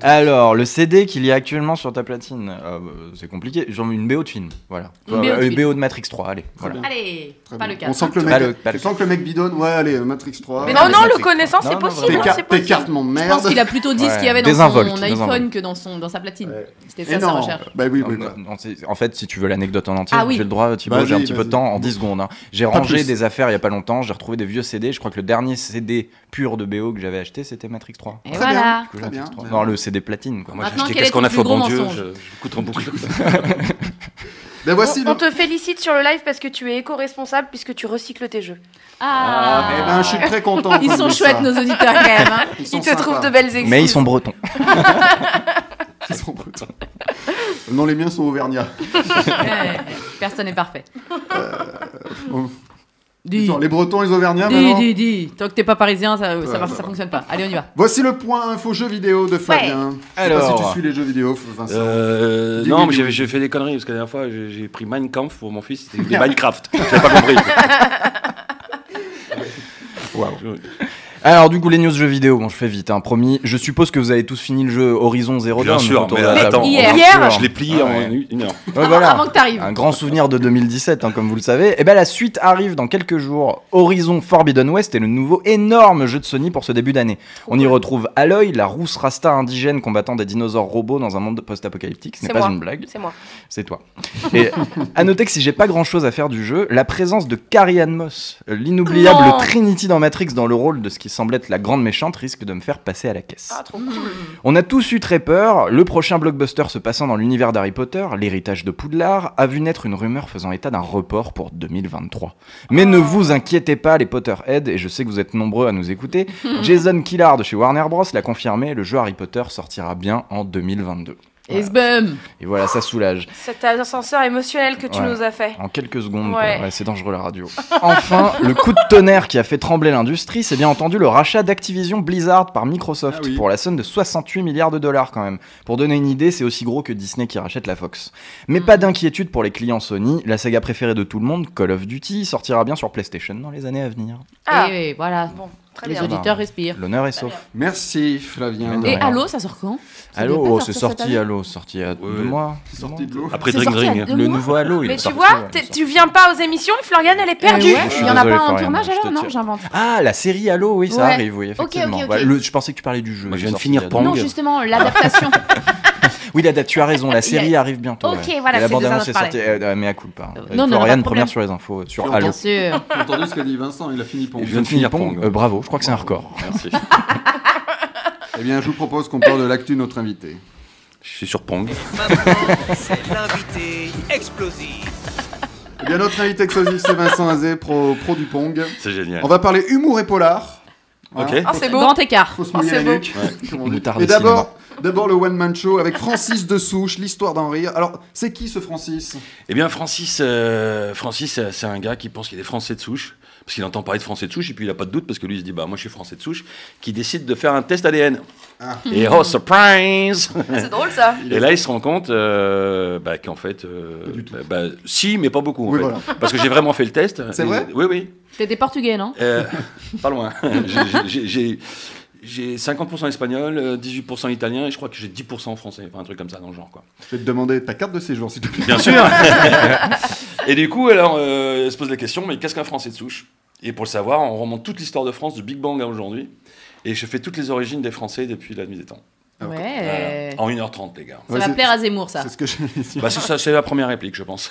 S6: Alors, le CD qu'il y a actuellement sur ta platine, euh, bah, c'est compliqué. J'en ai une BO de film, voilà.
S5: Une BO de
S6: Euh, une
S5: film.
S6: BO de Matrix 3, allez. Voilà.
S2: bien.
S5: Allez,
S2: Très
S5: pas
S2: bien.
S5: le cas.
S2: On sent que le
S6: Pas le-
S2: mec,
S6: pas le
S2: tu sens que le mec bidonne. Ouais, allez, euh, Matrix 3.
S4: Mais
S2: euh,
S4: non,
S2: les
S4: non, le
S2: Matrix.
S4: connaissant,
S6: Non,
S4: c'est
S6: non,
S4: possible.
S2: Tes
S6: vraiment.
S4: hein, c'est
S2: cartes, tes
S4: possible.
S2: cartes, mon
S5: Je pense
S2: merde.
S5: qu'il a plutôt dit ce qu'il y avait
S6: Ouais,
S5: dans
S6: désinvolte,
S5: son
S6: désinvolte.
S5: iPhone que dans, son, dans sa platine.
S2: Ouais.
S5: C'était
S2: Et
S5: ça sa
S2: non.
S5: recherche.
S2: Bah oui,
S6: Non,
S2: oui.
S6: non,
S2: bah.
S6: non, c'est- en fait, si tu veux l'anecdote en entier,
S5: Ah oui.
S6: j'ai le droit, Thibaut,
S2: Vas-y,
S6: j'ai un petit peu
S2: vas-y.
S6: de temps, en 10 secondes. hein. J'ai
S2: Pas
S6: rangé
S2: plus.
S6: des affaires il y a pas longtemps, j'ai retrouvé des vieux CD. Je crois que le dernier CD pur de BO que j'avais acheté, c'était Matrix 3.
S5: Et
S2: Très
S5: voilà.
S2: bien, Eh, très bien.
S6: Non, le CD platine, quoi.
S3: Moi,
S5: Maintenant,
S3: je dis
S5: quel est
S3: qu'est-ce qu'on a
S5: ton
S3: fait au
S5: plus
S3: bon
S5: gros
S3: Dieu
S5: mensonge
S3: je- J'écoute en boucle.
S2: Ben voici
S4: On,
S2: le...
S4: on te félicite sur le live parce que tu es éco-responsable puisque tu recycles tes jeux.
S5: Ah,
S2: Eh ben, je suis très content.
S5: Ils
S2: qu'on
S5: sont
S2: dise
S5: chouettes
S2: ça.
S5: nos auditeurs quand même. hein.
S2: Ils
S4: Ils
S2: sont
S4: te trouvent
S2: sympas.
S4: de belles excuses.
S6: Mais ils sont bretons.
S2: Ils sont bretons. Non, les miens sont auvergnats.
S5: Ouais. Personne n'est parfait.
S2: bon.
S5: Dis,
S2: Attends, Les Bretons, les Auvergnats,
S5: dis,
S2: maintenant.
S5: dis, dis. Tant que t'es pas parisien, ça, ça,
S2: Ouais,
S5: marche,
S2: bah,
S5: ça
S2: bah.
S5: fonctionne pas. Allez, on y va.
S2: Voici le point info jeux vidéo de Fabien. Alors,
S6: Alors.
S2: si tu suis les jeux vidéo, Vincent.
S3: Euh,
S2: Dis-lui,
S3: non, mais
S2: dis-lui.
S3: j'ai- j'ai fait des conneries parce que la dernière fois, j'ai j'ai pris Minecraft pour mon fils, c'était des Minecraft. J'ai pas compris.
S6: Alors, du coup, les news jeux vidéo, bon, je fais vite, hein, promis. Je suppose que vous avez tous fini le jeu Horizon Zero
S3: Bien
S6: Dawn.
S3: sûr,
S6: autour de
S3: mais
S6: la table.
S3: attends,
S4: Hier.
S6: Bien sûr.
S3: Je l'ai plié
S6: Ah
S3: en
S6: ouais.
S3: une une heure.
S6: Ouais, voilà.
S5: Avant que t'arrives.
S6: Un grand souvenir de 2017, hein, comme vous le savez. Et ben la suite arrive dans quelques jours. Horizon Forbidden West est le nouveau énorme jeu de Sony pour ce début d'année. On y retrouve Aloy, la rousse rasta indigène combattant des dinosaures robots dans un monde post-apocalyptique. Ce n'est
S4: C'est
S6: pas
S4: moi.
S6: une blague,
S4: C'est moi.
S6: c'est toi. Et à noter que si j'ai pas grand chose à faire du jeu, la présence de Carrie Anne Moss, euh, l'inoubliable
S4: Non.
S6: Trinity dans Matrix dans le rôle de ce qui semble être la grande méchante, risque de me faire passer à la caisse.
S4: Ah, trop cool.
S6: On a tous eu très peur, le prochain blockbuster se passant dans l'univers d'Harry Potter, l'héritage de Poudlard, a vu naître une rumeur faisant état d'un report pour 2023. Mais ne vous inquiétez pas les Potterheads, et je sais que vous êtes nombreux à nous écouter, Jason Killard de chez Warner Bros l'a confirmé, le jeu Harry Potter sortira bien en 2022.
S5: Et ce bum.
S6: Et voilà, ça soulage.
S4: Cet ascenseur émotionnel que tu
S6: Ouais.
S4: nous as fait.
S6: En quelques secondes, quoi.
S4: Ouais.
S6: Ouais, c'est dangereux la radio. Enfin, le coup de tonnerre qui a fait trembler l'industrie, c'est bien entendu le rachat d'Activision Blizzard par Microsoft
S2: Ah oui.
S6: pour la somme de 68 milliards de dollars quand même. Pour donner une idée, c'est aussi gros que Disney qui rachète la Fox.
S5: Mm.
S6: Mais pas d'inquiétude pour les clients Sony, la saga préférée de tout le monde, Call of Duty, sortira bien sur PlayStation dans les années à venir.
S4: Ah,
S5: Et Eh voilà.
S4: bon, très
S5: Les
S4: bien.
S6: autres-
S5: auditeurs respirent.
S6: L'honneur est sauf.
S2: Merci, Flavien.
S6: Mais
S5: Et
S6: Ouais.
S5: Allô, ça sort quand Ça
S6: Halo,
S5: devait pas
S6: oh,
S5: sortir
S6: c'est
S5: cette
S6: sorti,
S5: année
S6: Halo, sorti à deux
S3: Ouais.
S6: mois.
S2: C'est sorti de
S7: Ah.
S2: l'eau.
S3: Après
S5: C'est
S3: Dring
S5: sorti à
S3: Dring.
S5: deux
S6: Le
S5: mois
S6: nouveau Halo, il
S4: Mais
S6: est
S4: tu
S6: sorti,
S4: vois,
S6: ouais,
S4: t'es-
S6: il est
S4: tu viens pas aux émissions et Floriane, elle est perdue.
S5: Eh
S6: Je
S5: ouais,
S6: suis
S5: Il y en a
S6: désolé,
S5: pas en
S6: Florian,
S5: tournage
S6: je te
S5: alors Non,
S6: tire.
S5: j'invente.
S6: Ah, la série Halo, oui, ça
S5: Ouais.
S6: arrive, oui,
S5: Ok, ok,
S6: effectivement.
S5: ok.
S6: Voilà, le- je pensais que tu parlais du jeu.
S3: Moi, je
S6: qui
S3: viens de
S6: est sorti
S3: finir
S6: il y a
S3: Pang.
S6: deux
S5: Non,
S6: mois.
S5: justement, l'adaptation.
S6: Oui, Dada, tu as raison, la
S5: Il y a-
S6: série arrive bientôt.
S5: Ok,
S6: ouais.
S5: voilà,
S6: Et La
S5: c'est
S6: bande
S5: des
S6: annonce
S5: uns
S6: est
S5: dont je
S6: sortie, euh, euh, mea culpa.
S5: Euh,
S6: Euh,
S5: non, non, non, pas de problème.
S6: Floriane, première sur les infos, euh, sur
S2: Sur
S6: Halo.
S5: Bien sûr.
S2: T'as entendu ce qu'a dit Vincent Il a fini pour
S3: Il
S6: Je
S3: vient
S6: viens
S3: de finir Pong.
S6: euh, bravo, je crois que c'est un record.
S3: Merci.
S2: Eh bien, je vous propose qu'on parle de l'actu de notre invité.
S3: Je suis sur Pong.
S1: Maman, c'est l'invité explosif.
S2: Eh bien, notre invité explosif, c'est Vincent Azé, pro, pro du Pong.
S3: C'est génial.
S2: On va parler humour et polar.
S3: Ok.
S2: Voilà. Ah,
S5: Oh, c'est beau. Grand écart.
S2: Faut se
S5: Oh,
S2: mouiller
S5: c'est
S2: la
S5: beau.
S2: nuque.
S6: Ouais. Moutarde
S2: Et
S6: de
S2: d'abord, d'abord le One Man Show avec Francis de Souche, l'histoire d'en rire. Alors, c'est qui ce Francis
S3: Eh bien, Francis, euh, Francis euh, c'est un gars qui pense qu'il est français de souche. Parce qu'il entend parler de français de souche, et puis il n'a pas de doute, parce que lui, il se dit Bah, moi, je suis français de souche, qui décide de faire un test ADN.
S2: Ah.
S3: Et oh, surprise
S4: C'est drôle ça.
S3: Et là, il se rend compte euh, bah, qu'en fait. euh, bah, bah, si, mais pas beaucoup. en
S2: Oui,
S3: fait.
S2: voilà.
S3: Parce que j'ai vraiment fait le test.
S2: C'est
S3: Et-
S2: vrai
S3: Oui, oui.
S5: T'es des Portugais, non
S3: Euh, pas loin. J'ai- j'ai- j'ai- J'ai 50% espagnol, euh, 18% italien, et je crois que j'ai 10% français. Enfin, un truc comme ça dans le genre, quoi.
S2: Je vais te demander ta carte de séjour, s'il te plaît.
S3: Bien sûr. et du coup, alors, euh, elle se pose la question, mais qu'est-ce qu'un Français de souche Et pour le savoir, on remonte toute l'histoire de France, du Big Bang à aujourd'hui. Et je fais toutes les origines des Français depuis la nuit des temps.
S2: Alors,
S5: Ouais.
S3: Voilà. En 1h30, les gars.
S5: Ça
S2: Ouais,
S5: va
S2: c'est-
S5: plaire à Zemmour, ça.
S2: C'est ce que j'allais dire.
S3: Bah, c'est ça, c'est la première réplique, je pense.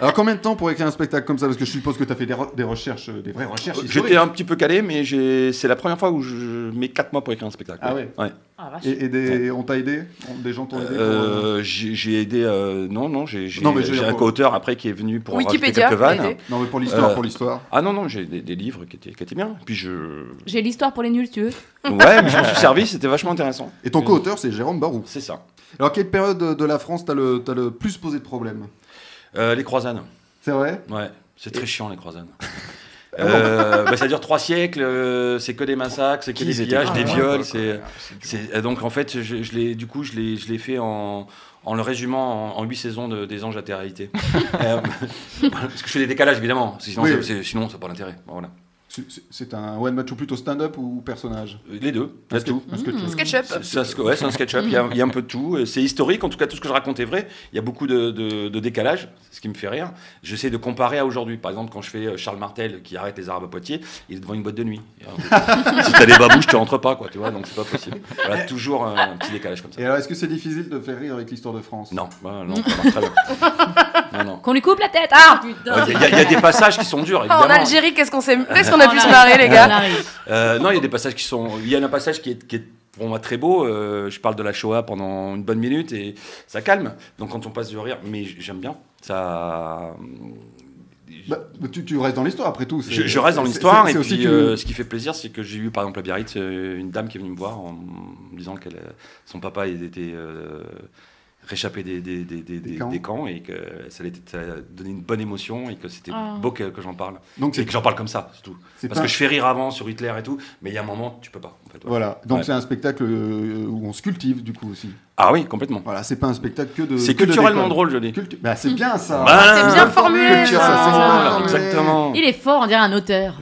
S2: Alors, combien de temps pour écrire un spectacle comme ça Parce que je suppose que tu as fait des, re- des recherches, euh, des vraies recherches historiques.
S3: J'étais un petit peu calé, mais j'ai- c'est la première fois où je mets 4 mois pour écrire un spectacle.
S2: Ah ouais.
S5: Ah, vache.
S2: Et, et des, on t'a aidé On- Des gens t'ont aidé pour, euh,
S3: Euh, j'ai j'ai aidé. euh, non, non, j'ai j'ai-
S2: Non, mais je veux
S3: j'ai
S2: dire
S3: un
S2: pour-
S3: co-auteur après qui est venu pour rajouter
S4: Wikipédia,
S3: quelques
S4: t'as
S3: vannes.
S4: aidé.
S2: Non, mais pour l'histoire,
S3: euh,
S2: pour l'histoire.
S3: Ah non, non, j'ai des, des livres qui étaient, qui étaient bien. Puis je.
S5: J'ai l'histoire pour les nuls, tu veux
S3: Ouais, mais je m'en suis servi, c'était vachement intéressant.
S2: Et ton co-auteur, c'est Jérôme Barou.
S3: C'est ça.
S2: Alors, quelle période de de la France t'as le, t'as le plus posé de problèmes
S3: Euh, les croisades.
S2: C'est vrai
S3: Ouais, c'est très chiant les croisades.
S2: Ah
S3: Euh, bah, ça dure trois siècles, euh, c'est que des massacres, c'est que des pillages, des viols. c'est- c'est- euh, donc en fait, je, je l'ai- du coup, je l'ai je l'ai fait en, en le résumant en, en huit saisons de- des anges à terre-réalité. Euh, parce que je fais des décalages évidemment, parce que sinon,
S2: Oui.
S3: c'est- c'est- sinon ça n'a pas d'intérêt. Bon, Voilà.
S2: C'est- c'est- C'est un one match ou plutôt stand-up ou personnage
S3: Euh, Les deux, c'est tout.
S2: Parce
S5: Mmh.
S2: que tu-
S4: Sketchup.
S3: Ça- ça se- ouais, c'est un sketch-up, il y, a- il y a un peu de tout. Euh, C'est historique, en tout cas, tout ce que je raconte est vrai. Il y a beaucoup de, de, de décalage, c'est ce qui me fait rire. J'essaie de comparer à aujourd'hui. Par exemple, quand je fais euh, Charles Martel qui arrête les Arabes à Poitiers, il est devant une boîte de nuit. Et, euh, si t'as des babouches, tu rentres pas, quoi, tu vois, donc c'est pas possible. Voilà, toujours un, un petit décalage comme ça.
S2: Et alors, est-ce que c'est difficile de faire rire avec l'histoire de France
S3: Non, bah, non, ça marche très bien. Non, non.
S5: Qu'on lui coupe la tête Ah
S3: Ouais, Il y, a- il y a des passages qui sont durs,
S4: Ah,
S3: évidemment.
S4: en Algérie, qu'est-ce qu'on s'est... Qu'est-ce qu'on a pu se marrer, les gars
S3: Euh, non, il y a des passages qui sont. Il y a un passage qui est, qui est pour moi très beau. Euh, je parle de la Shoah pendant une bonne minute et ça calme. Donc quand on passe du rire, mais j'aime bien. Ça.
S2: Bah, tu, tu restes dans l'histoire après tout. c'est-
S3: Je, je reste dans
S2: c'est-
S3: l'histoire
S2: c'est-
S3: et
S2: c'est
S3: puis
S2: que-
S3: euh, ce qui fait plaisir, c'est que j'ai eu par exemple à Biarritz euh, une dame qui est venue me voir en me disant que son papa il était euh, réchappé des, des, des, des,
S2: Des
S3: des-
S2: camps.
S3: des camps et que ça lui était- ça lui a donné une bonne émotion et que c'était
S5: Ah.
S3: beau que, que j'en parle.
S2: Donc
S3: Et
S2: c'est
S3: que j'en parle comme ça, c'est tout.
S2: c'est
S3: Parce
S2: pas-
S3: que je fais rire avant sur Hitler et tout, mais il y a un moment, tu peux pas. en fait, voilà.
S2: Voilà, donc
S3: Ouais.
S2: c'est un spectacle euh, où on se cultive du coup aussi.
S3: Ah oui, complètement.
S2: Voilà, c'est pas un spectacle que de.
S3: C'est
S2: que de
S3: culturellement
S2: déconne.
S3: drôle, je dis.
S2: Cultu- bah, c'est bien ça.
S3: Bah,
S4: C'est bien formulé.
S2: culture, ça, c'est
S4: ça.
S2: formulé.
S7: Ah,
S3: Exactement.
S5: Ah, Il est fort, on dirait un auteur.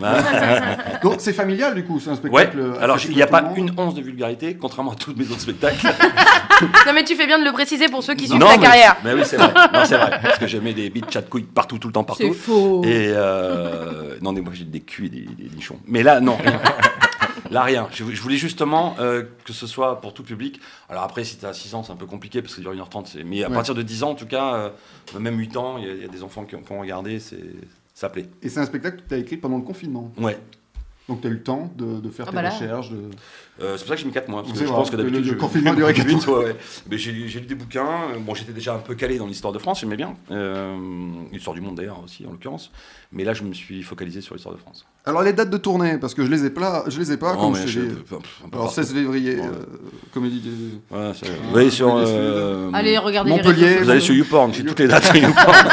S2: Donc c'est familial du coup, c'est un
S3: Ouais,
S2: spectacle. euh,
S3: alors il
S2: accessible
S3: n'y a
S2: à tout
S3: pas
S2: le monde.
S3: une once de vulgarité, contrairement à tous mes autres spectacles.
S4: Non, mais tu fais bien de le préciser pour ceux qui suivent
S3: Non,
S4: ta
S3: mais-
S4: carrière.
S3: Mais oui, c'est vrai. Non, c'est vrai. Parce que je mets des bites chat couilles partout, tout le temps,
S5: C'est
S3: partout.
S5: faux.
S3: Et euh, non, mais moi j'ai des culs et des, des nichons. Mais là, non. Là, rien. Je, je voulais justement euh, que ce soit pour tout public. Alors après, si t'as 6 ans, c'est un peu compliqué parce que dure 1h30. c'est- Mais à
S2: Ouais.
S3: partir de 10 ans, en tout cas, euh, même 8 ans, il y, a- il y a des enfants qui ont, qui ont regardé. c'est- Ça plaît.
S2: Et c'est un spectacle que tu as écrit pendant le confinement.
S3: Ouais.
S2: Donc tu as eu le temps de, de faire
S5: Ah
S2: tes
S5: bah là.
S2: recherches. de-
S3: Euh, c'est pour ça que j'ai mis 4 mois. Parce
S2: Vous
S3: que je
S2: savez,
S3: pense que
S2: bah, le-
S3: d'habitude,
S2: le
S3: je
S2: confinement durait quatre
S3: huit, ouais, ouais. Mais j'ai lu j'ai lu des bouquins. Euh, Bon, j'étais déjà un peu calé dans l'histoire de France, j'aimais bien. Euh, l'histoire du monde d'ailleurs aussi, en l'occurrence. Mais là, je me suis focalisé sur l'histoire de France.
S2: Alors les dates de tournée, parce que je les ai, pla- je les ai pas.
S3: Non,
S2: Ah, comme
S3: mais
S2: je
S3: je-
S2: les-
S3: pff, un peu
S2: Alors
S3: partout.
S2: 16 février,
S3: Ouais.
S2: euh, comédie. des-
S3: Ouais, c'est-
S6: Ah,
S3: vous allez sur,
S2: Montpellier Sud.
S3: euh,
S5: Allez, regardez les
S2: Montpellier.
S5: réseaux
S3: vous
S5: sociaux.
S3: allez sur YouPorn, j'ai toutes les dates sur YouPorn.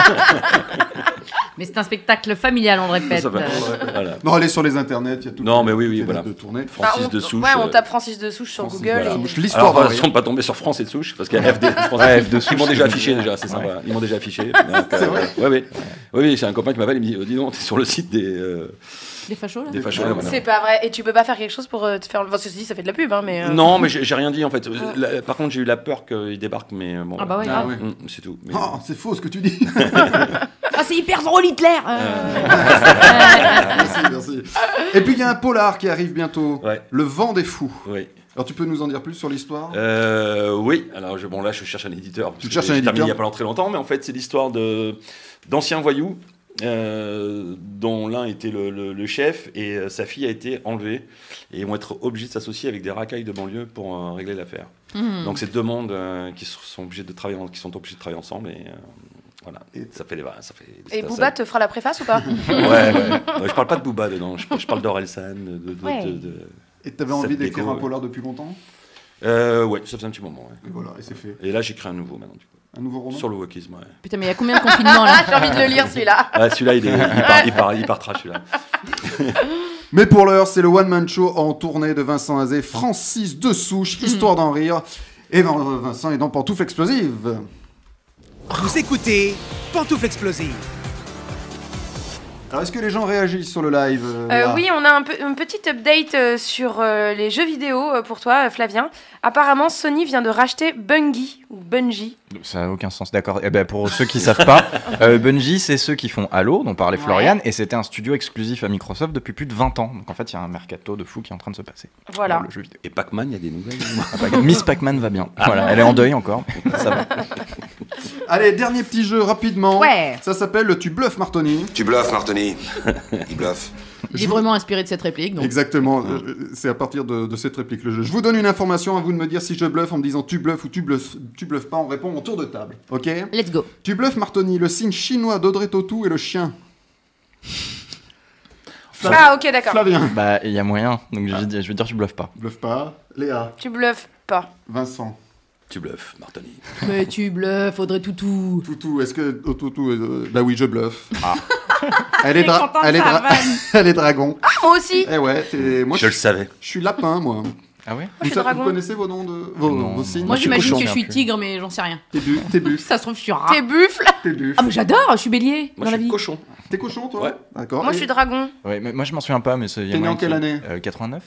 S5: Mais c'est un spectacle familial, on le répète.
S3: Ça va.
S5: Euh,
S3: Voilà.
S2: Non, allez sur les internets, il y a tout.
S3: Non, mais oui, oui,
S2: les dates
S3: voilà.
S2: de tournée.
S4: Bah,
S3: Francis
S4: on-
S3: de Souche.
S4: Ouais, on
S3: euh,
S4: tape Francis de Souche sur
S2: Francis,
S4: Google.
S2: voilà. Souche,
S4: et-
S3: Alors,
S2: L'histoire
S3: on
S2: va
S3: ne pas tomber sur France et de Souche, parce qu'il y a F des France
S6: Ouais,
S3: et
S6: F de Souche,
S3: Ils m'ont
S6: c'est
S3: déjà
S6: génial.
S3: affiché, déjà, c'est sympa. Ils m'ont déjà affiché. C'est
S2: vrai
S3: Oui, oui. Oui, oui, c'est un copain qui m'appelle, il me dit, oh, dis donc, t'es sur le site des, euh,
S5: Des fachos, là
S6: Ah,
S3: des fachos.
S2: Ouais,
S3: là,
S2: voilà.
S3: maintenant.
S4: C'est pas vrai. Et tu peux pas faire quelque chose pour euh, te faire. Enfin, ceci dit, ça fait de la pub, hein, mais. euh,
S3: Non, mais j'ai j'ai rien dit en fait. La- par contre, j'ai eu la peur qu'il débarque, mais euh, bon.
S5: Ah bah ouais,
S3: voilà.
S5: grave.
S2: ouais.
S3: Mm, c'est tout.
S6: Ah.
S3: Mais-
S2: Oh, c'est faux ce que tu dis.
S5: Ah, c'est hyper drôle, Hitler euh.
S2: merci, merci. Et puis il y a un polar qui arrive bientôt.
S3: Ouais.
S2: Le vent des fous.
S3: Oui.
S2: Alors tu peux nous en dire plus sur l'histoire
S3: Euh, oui. Alors je- bon, là, je cherche un éditeur. parce
S2: Tu
S3: que
S2: cherches un
S3: j'ai terminé
S2: éditeur
S3: il y a pas très longtemps, mais en fait, c'est l'histoire de d'anciens voyous euh, dont l'un était le, le- le chef et euh, sa fille a été enlevée et ils vont être obligés de s'associer avec des racailles de banlieue pour euh, régler l'affaire.
S5: Hmm.
S3: Donc c'est deux mondes euh, qui sont obligés de travailler, en- qui sont obligés de travailler ensemble et euh, voilà. ça fait des va- ça fait.
S4: Et
S3: ça-
S4: Booba
S3: ça-
S4: te fera la préface ou pas
S3: Ouais, ouais. Ouais, je parle pas de Booba dedans. Je, je parle d'Orelsan, de, de, de-
S4: Ouais.
S3: de- de-
S2: Et t'avais envie
S3: Cette
S2: d'écrire
S3: déco,
S2: un
S3: ouais.
S2: polar depuis longtemps
S3: Euh, ouais, ça fait un petit moment. ouais.
S2: Et voilà, et c'est fait.
S3: Et là j'écris un nouveau maintenant. du coup.
S2: Un nouveau roman
S3: Sur le wokisme. Ouais.
S5: Putain, mais il y a combien de confinements là
S4: Ah, J'ai envie de le lire celui-là.
S3: Ah, celui-là, il, est- il, part- il, part- il partera, celui-là.
S2: Mais pour l'heure, c'est le One Man Show en tournée de Vincent Azé, Francis de Souche, Histoire d'en rire. Et Vin- Vincent est dans Pantoufle Explosive.
S1: Vous écoutez Pantoufle Explosive.
S2: Alors, est-ce que les gens réagissent sur le live euh,
S4: Euh,
S2: là
S4: oui, on a un, peu- une petite update euh, sur euh, les jeux vidéo euh, pour toi, euh, Flavien. Apparemment, Sony vient de racheter Bungie ou Bungie.
S6: Ça n'a aucun sens, d'accord. Eh ben, pour ceux qui savent pas, euh, Bungie, c'est ceux qui font Halo, dont parlait
S5: Ouais.
S6: Florian, et c'était un studio exclusif à Microsoft depuis plus de 20 ans. Donc en fait, il y a un mercato de fou qui est en train de se passer.
S4: Voilà.
S6: Dans le jeu vidéo.
S3: Et Pac-Man, il y a des nouvelles.
S6: Ah, bah, Miss Pac-Man va bien.
S5: Ah.
S6: Voilà, elle est en deuil encore. mais ça va.
S2: Allez, dernier petit jeu rapidement.
S5: Ouais.
S2: Ça s'appelle le Tu bluffes, Martoni.
S12: Tu bluffes, Martoni. Il bluffe.
S5: Il est vraiment inspiré de cette réplique. Donc.
S2: Exactement, euh, c'est à partir de, de cette réplique le jeu. Je vous donne une information, à vous de me dire si je bluffe en me disant tu bluffes ou tu bluffes, tu bluffes pas, on répond en tour de table, ok
S5: Let's go.
S2: Tu bluffes Martoni, le signe chinois d'Audrey Tautou et le chien. Flavien,
S4: Ah, ok, d'accord.
S2: Flavien.
S6: Bah, il y a moyen. Donc
S5: Ah.
S6: je vais, dire, je vais dire, je bluffe pas.
S2: Bluffe pas. Léa,
S4: Tu bluffes pas.
S2: Vincent,
S3: Tu bluffes, Martoni.
S5: Mais tu bluffes, Audrey Toutou.
S2: Toutou, est-ce que... oh, Toutou, euh, bah oui, je bluffe.
S12: Ah.
S2: Elle, est
S5: T'es
S2: dra-
S5: content de
S2: elle, est
S5: sa
S2: dra-
S5: vanne.
S2: elle est dragon.
S4: Ah, moi aussi
S2: Eh ouais, t'es- moi
S3: je
S2: je,
S3: le savais.
S2: je suis lapin, moi.
S6: Ah ouais
S4: je suis
S2: vous, sa- vous
S4: dragon.
S2: connaissez vos noms de... Vos,
S6: Non,
S2: vos
S6: non.
S2: signes
S5: Moi,
S6: je suis
S5: j'imagine
S6: cochon,
S5: que je suis
S6: bien sûr.
S5: tigre, mais j'en sais rien.
S2: T'es bu- t'es buff,
S5: Ça se trouve, je suis rat.
S4: T'es buffle
S2: t'es buff.
S5: Ah, mais j'adore, je suis bélier
S3: Moi,
S5: dans
S3: je
S5: la
S3: suis
S5: vie.
S3: cochon.
S2: T'es cochon, toi
S3: Ouais.
S2: D'accord.
S4: Moi,
S2: Et-
S4: je suis dragon.
S6: Ouais, mais moi je m'en souviens pas, mais c'est. Euh,
S2: T'es né en quelle année
S6: 89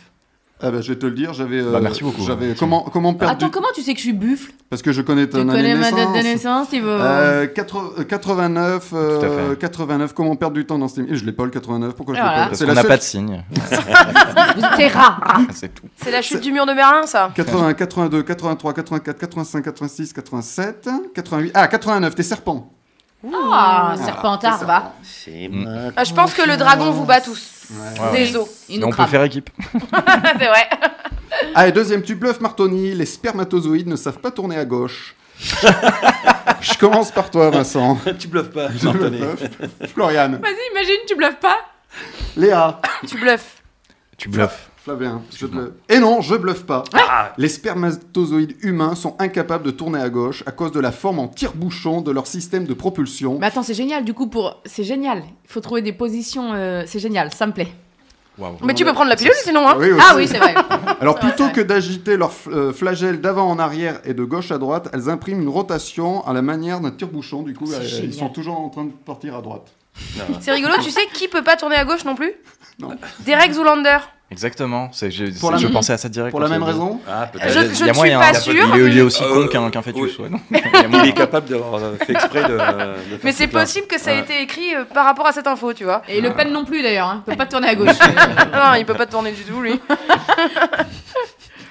S2: Ah bah, je vais te le dire, j'avais. euh,
S6: Bah, merci beaucoup.
S2: J'avais comment comment perdu
S5: Attends, comment tu sais que je suis buffle
S2: Parce que je connais
S5: Tu
S2: ton année
S5: connais
S2: de
S5: ma date de
S2: naissance.
S5: naissance, il veut.
S2: Euh, 80 euh, 89, euh,
S6: Tout à fait.
S2: 89, comment perdre du temps dans cette émission Et Je l'ai pas le 89, pourquoi je l'ai
S5: Voilà.
S2: pas
S6: Parce
S2: Ah. C'est
S6: qu'on
S2: la
S6: n'a
S2: seule-
S6: pas de signe. Ah,
S5: T'es rat.
S6: c'est tout.
S4: C'est la chute du mur de Berlin, ça.
S2: 80, 82, 83, 84, 85, 86, 87, 88. Ah, 89, t'es serpent.
S5: Ah,
S2: Voilà,
S5: serpentard,
S2: c'est ça.
S5: va.
S3: C'est
S6: Mm.
S3: ma-
S4: Ah, je pense que le dragon vous bat tous.
S6: Ouais, ouais.
S4: Des os.
S5: Il
S6: Mais
S5: nous
S6: on peut
S5: crame.
S6: faire équipe.
S4: C'est vrai.
S2: Allez, deuxième, tu bluffes, Martoni. Les spermatozoïdes ne savent pas tourner à gauche. je commence par toi, Vincent.
S3: tu bluffes pas,
S2: Je le
S3: Martoni.
S2: bluffe. Floriane,
S5: Vas-y, imagine, tu bluffes pas.
S2: Léa.
S4: Tu bluffes.
S6: Tu bluffes.
S2: Flavien, je bluffe. Et non, je bluffe pas.
S5: Ah
S2: Les spermatozoïdes humains sont incapables de tourner à gauche à cause de la forme en tire-bouchon de leur système de propulsion.
S5: Mais attends, c'est génial, du coup, pour. C'est génial. Il faut trouver des positions. euh, C'est génial, ça me plaît.
S6: Waouh.
S4: Mais tu peux prendre la pilule sinon, hein.
S2: Oui, aussi.
S5: Ah oui, c'est vrai.
S2: Alors plutôt
S5: ouais.
S2: que d'agiter leur f- euh, flagelle d'avant en arrière et de gauche à droite, elles impriment une rotation à la manière d'un tire-bouchon. Du coup,
S5: C'est
S2: elles-
S5: génial.
S2: ils sont toujours en train de partir à droite.
S4: C'est rigolo, tu sais qui peut pas tourner à gauche non plus
S2: Non.
S4: Derek Zoolander.
S6: Exactement. C'est, je,
S2: Pour la
S6: je
S2: même-
S6: pensais à ça direct.
S2: Pour la
S6: quand tu
S2: même
S6: l'as dit.
S2: raison
S3: Ah,
S6: Il
S3: peut-être.
S4: Je- je
S6: Euh, y a
S4: ne suis
S6: moyen,
S4: pas
S6: il y a
S4: sûre,
S6: Il est, il est aussi
S3: mais-
S6: con qu'un qu'un fœtus.
S3: Oui.
S6: ouais, non. Il y a
S3: Il
S6: moyen.
S3: est capable d'avoir euh, fait exprès de. de faire
S4: Mais
S3: ce
S4: c'est
S3: truc-là.
S4: possible que ça ait
S3: Ouais.
S4: été écrit euh, par rapport à cette info, tu vois.
S5: Et Le Pen non plus, d'ailleurs. Hein. Il peut pas tourner à gauche.
S4: Non, il peut pas tourner du tout, lui.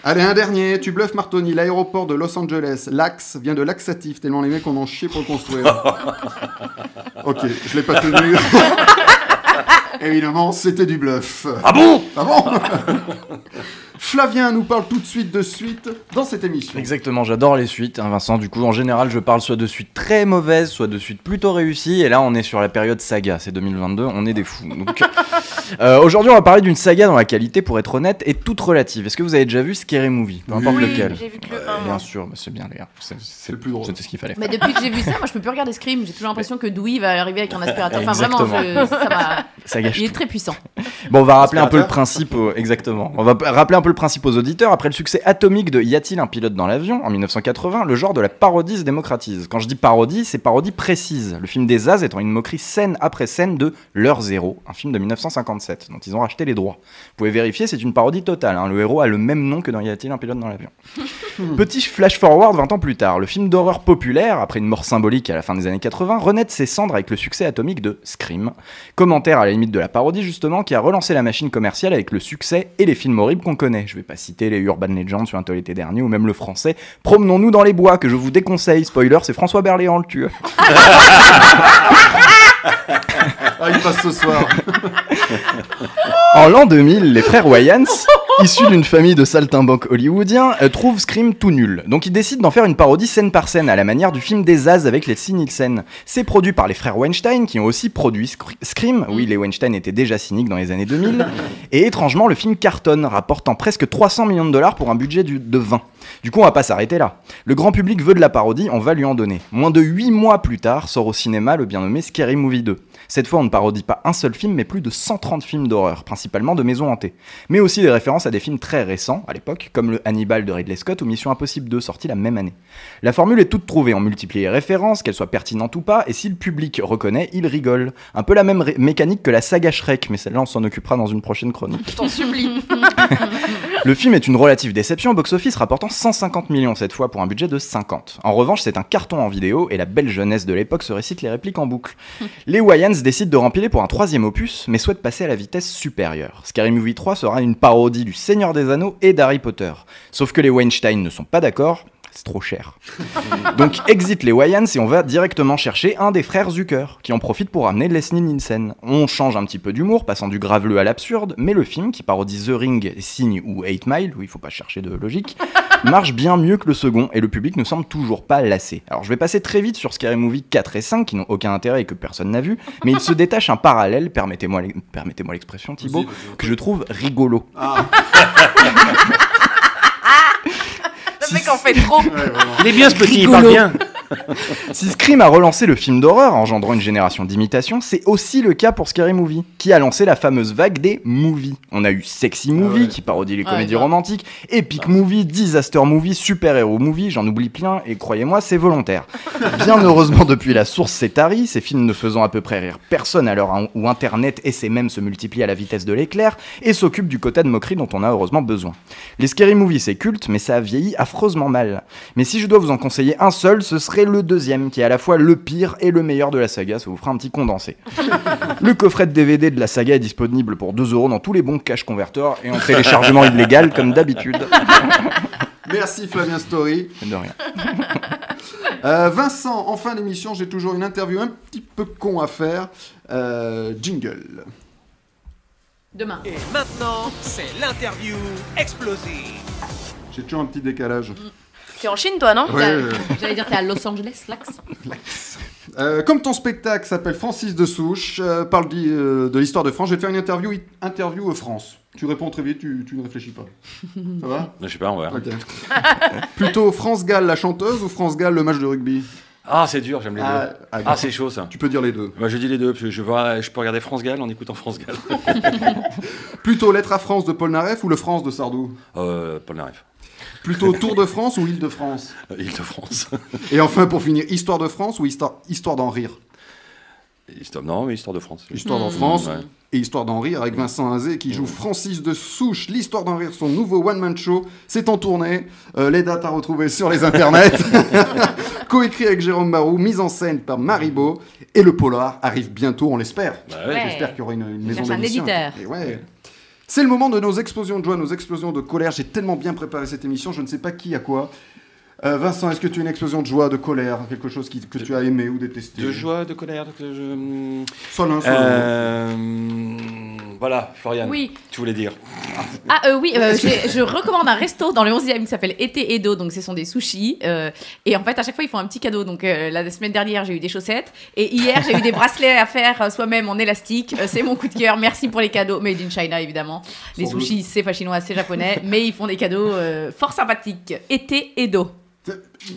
S2: Allez, un dernier. Tu bluffes, Martoni. L'aéroport de Los Angeles, l'axe, vient de laxatif, tellement les mecs on en chie pour le construire. ok, je l'ai pas tenu. Évidemment, c'était du bluff.
S3: Ah bon
S2: Ah bon Flavien nous parle tout de suite de suite dans cette émission.
S6: Exactement, j'adore les suites, hein, Vincent. Du coup, en général, je parle soit de suites très mauvaises, soit de suites plutôt réussies. Et là, on est sur la période saga. C'est 2022, on est des fous. Donc, euh, aujourd'hui, on va parler d'une saga dont la qualité, pour être honnête, est toute relative. Est-ce que vous avez déjà vu Scary Movie Peu importe
S4: Oui,
S6: lequel. Euh,
S4: j'ai vu que le un, moi.
S6: Bien sûr, mais c'est bien, les gars. C'est- C'est
S2: le plus drôle.
S6: C'était ce qu'il fallait.
S5: Mais depuis que j'ai vu ça, moi, je peux plus regarder Scream. J'ai toujours l'impression que Dewey va arriver avec un aspirateur. Enfin, vraiment, je-
S6: Exactement.
S5: ça va.
S6: Ça gâche
S5: Il est très puissant.
S6: Bon, on va rappeler un peu le
S2: Aspirateur.
S6: principe. aux- Exactement. On va p- rappeler un peu le principe aux auditeurs. Après le succès atomique de Y a-t-il un pilote dans l'avion en 1980, le genre de la parodie se démocratise. Quand je dis parodie, c'est parodie précise. Le film des As étant une moquerie scène après scène de L'heure zéro, un film de 1957 dont ils ont racheté les droits. Vous pouvez vérifier, c'est une parodie totale. hein. Le héros a le même nom que dans Y a-t-il un pilote dans l'avion. Petit flash forward 20 ans plus tard, le film d'horreur populaire, après une mort symbolique à la fin des années 80, renaît de ses cendres avec le succès atomique de Scream. Commentaire à la limite de la parodie justement, qui a relancé la machine commerciale avec le succès et les films horribles qu'on connaît. Je vais pas citer les Urban Legends sur un l'été dernier ou même le français Promenons-nous dans les bois que je vous déconseille. Spoiler, c'est François Berléand le tueur.
S2: Ah, il passe ce soir.
S6: En l'an 2000, les frères Wayans, issus d'une famille de saltimbanques hollywoodiens, euh, trouvent Scream tout nul. Donc ils décident d'en faire une parodie scène par scène, à la manière du film des As avec les Nielsen. C'est produit par les frères Weinstein, qui ont aussi produit Scr- Scream. Oui, les Weinstein étaient déjà cyniques dans les années 2000. Et étrangement, le film cartonne, rapportant presque 300 millions de dollars pour un budget du- de 20. Du coup, on va pas s'arrêter là. Le grand public veut de la parodie, on va lui en donner. Moins de 8 mois plus tard, sort au cinéma le bien nommé Scary Movie 2. Cette fois, on ne parodie pas un seul film, mais plus de 130 films d'horreur, principalement de maisons hantées. Mais aussi des références à des films très récents, à l'époque, comme le Hannibal de Ridley Scott ou Mission Impossible 2, sorti la même année. La formule est toute trouvée, on multiplie les références, qu'elles soient pertinentes ou pas, et si le public reconnaît, il rigole. Un peu la même ré- mécanique que la saga Shrek, mais celle-là, on s'en occupera dans une prochaine chronique.
S4: Je t'en supplie.
S6: Le film est une relative déception au box-office, rapportant 150 millions cette fois pour un budget de 50. En revanche, c'est un carton en vidéo et la belle jeunesse de l'époque se récite les répliques en boucle. Les Wayans décident de rempiler pour un troisième opus, mais souhaitent passer à la vitesse supérieure. Scary Movie 3 sera une parodie du Seigneur des Anneaux et d'Harry Potter. Sauf que les Weinstein ne sont pas d'accord, c'est trop cher. Donc exit les Wayans et on va directement chercher un des frères Zucker, qui en profite pour amener Leslie Nielsen. On change un petit peu d'humour, passant du graveleux à l'absurde, mais le film, qui parodie The Ring, Signe ou 8 Mile, oui, il faut pas chercher de logique, marche bien mieux que le second et le public ne semble toujours pas lassé. Alors je vais passer très vite sur Scary Movie 4 et 5 qui n'ont aucun intérêt et que personne n'a vu, mais il se détache un parallèle, permettez-moi l- permettez-moi l'expression Thibaut, que je trouve rigolo.
S4: Le mec en fait trop.
S11: Il est bien ce petit, il parle bien.
S6: Si Scream a relancé le film d'horreur, engendrant une génération d'imitations, c'est aussi le cas pour Scary Movie, qui a lancé la fameuse vague des movies. On a eu Sexy Movie, qui parodie les
S5: Ouais,
S6: comédies
S5: grave.
S6: romantiques, Epic Movie, Disaster Movie, Super Hero Movie, j'en oublie plein, et croyez-moi, c'est volontaire. Bien heureusement, depuis la source, c'est tari, ces films ne faisant à peu près rire personne à l'heure où Internet et ses mêmes se multiplient à la vitesse de l'éclair, et s'occupent du quota de moquerie dont on a heureusement besoin. Les Scary Movie, c'est culte, mais ça a vieilli affreusement mal. Mais si je dois vous en conseiller un seul, ce serait le deuxième, qui est à la fois le pire et le meilleur de la saga, ça vous fera un petit condensé. le coffret de DVD de la saga est disponible pour 2 euros dans tous les bons cash converteurs et en téléchargement illégal comme d'habitude.
S2: Merci Flavien Story.
S6: De rien.
S2: Euh, Vincent, en fin d'émission, j'ai toujours une interview un petit peu con à faire. Euh, jingle.
S5: Demain.
S1: Et maintenant, c'est l'interview explosive.
S2: J'ai toujours un petit décalage.
S4: T'es en Chine, toi, non
S2: Ouais,
S5: T'as-
S2: ouais, ouais.
S5: J'allais dire, t'es à Los Angeles, Lax.
S2: Euh, comme ton spectacle s'appelle Francis de Souche, euh, parle d'hi- euh, de l'histoire de France, je vais te faire une interview, interview euh, France. Tu réponds très vite, tu, tu ne réfléchis pas. Ça va
S3: Je sais pas, on verra.
S2: Ok. Plutôt France Gall la chanteuse ou France Gall le match de rugby
S3: Ah, c'est dur, j'aime les
S2: Ah,
S3: deux.
S2: ah,
S3: Ah, c'est chaud ça.
S2: Tu peux dire les deux.
S3: Bah, je dis les deux, parce que je, vois- je peux regarder France Gall en écoutant France Gall.
S2: Plutôt Lettre à France de Paul Naref ou le France de Sardou
S3: Euh, Paul Naref.
S2: Plutôt Tour de France ou Île de France
S3: Euh, Île-de-France.
S2: Et enfin, pour finir, Histoire de France ou Histoire, histoire d'en rire
S3: Histoire... Non, mais Histoire de France. Mmh.
S2: Histoire
S5: Hmm.
S2: d'en France
S3: ouais.
S2: et Histoire d'en rire avec Vincent Azé qui joue Francis de Souche. L'Histoire d'en rire, son nouveau one-man show, c'est en tournée. Euh, les dates à retrouver sur les internets. Coécrit avec Jérôme Barou, mise en scène par Maribo. Et le polar arrive bientôt, on l'espère.
S3: Bah ouais.
S5: Ouais.
S2: J'espère qu'il y aura une, une maison
S5: cherche un
S2: d'édition.
S5: éditeur.
S2: Et ouais. C'est le moment de nos explosions de joie, nos explosions de colère. J'ai tellement bien préparé cette émission, je ne sais pas qui à quoi. Euh, Vincent, est-ce que tu as une explosion de joie, de colère, quelque chose qui- que tu as aimé ou détesté
S3: De joie, de colère, de... je-
S2: Soit l'un, soit l'autre.
S3: Euh... Voilà, Florian.
S5: Oui.
S3: Tu voulais dire.
S5: Ah euh, oui, euh, j'ai- je recommande un resto dans le 11e qui s'appelle Été Edo, donc ce sont des sushis. euh, et en fait, à chaque fois, ils font un petit cadeau. Donc euh, la semaine dernière, j'ai eu des chaussettes. Et hier, j'ai eu des bracelets à faire euh, soi-même en élastique. Euh, c'est mon coup de cœur. Merci pour les cadeaux. Made in China, évidemment. Les
S2: Sans doute.
S5: sushis, c'est pas chinois, c'est japonais. mais ils font des cadeaux euh, fort sympathiques. Été Edo.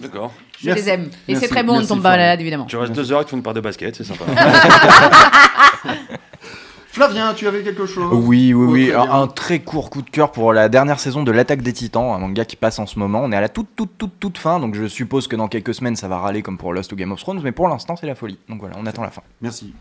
S3: D'accord.
S5: Je
S2: Merci.
S5: les aime. Et
S2: Merci.
S5: c'est très bon, on ne
S2: Merci,
S5: tombe pas
S2: Florent.
S5: malade, évidemment.
S3: Tu restes deux heures et tu fais une part de basket, c'est sympa.
S2: Flavien, tu avais quelque chose
S6: Oui, oui,
S2: Oh,
S6: oui.
S2: très
S6: Un,
S2: bien.
S6: un très court coup de cœur pour la dernière saison de l'Attaque des Titans, un manga qui passe en ce moment. On est à la toute, toute, toute, toute fin, donc je suppose que dans quelques semaines, ça va râler comme pour Lost ou Game of Thrones, mais pour l'instant, c'est la folie. Donc voilà, on attend la fin.
S2: Merci.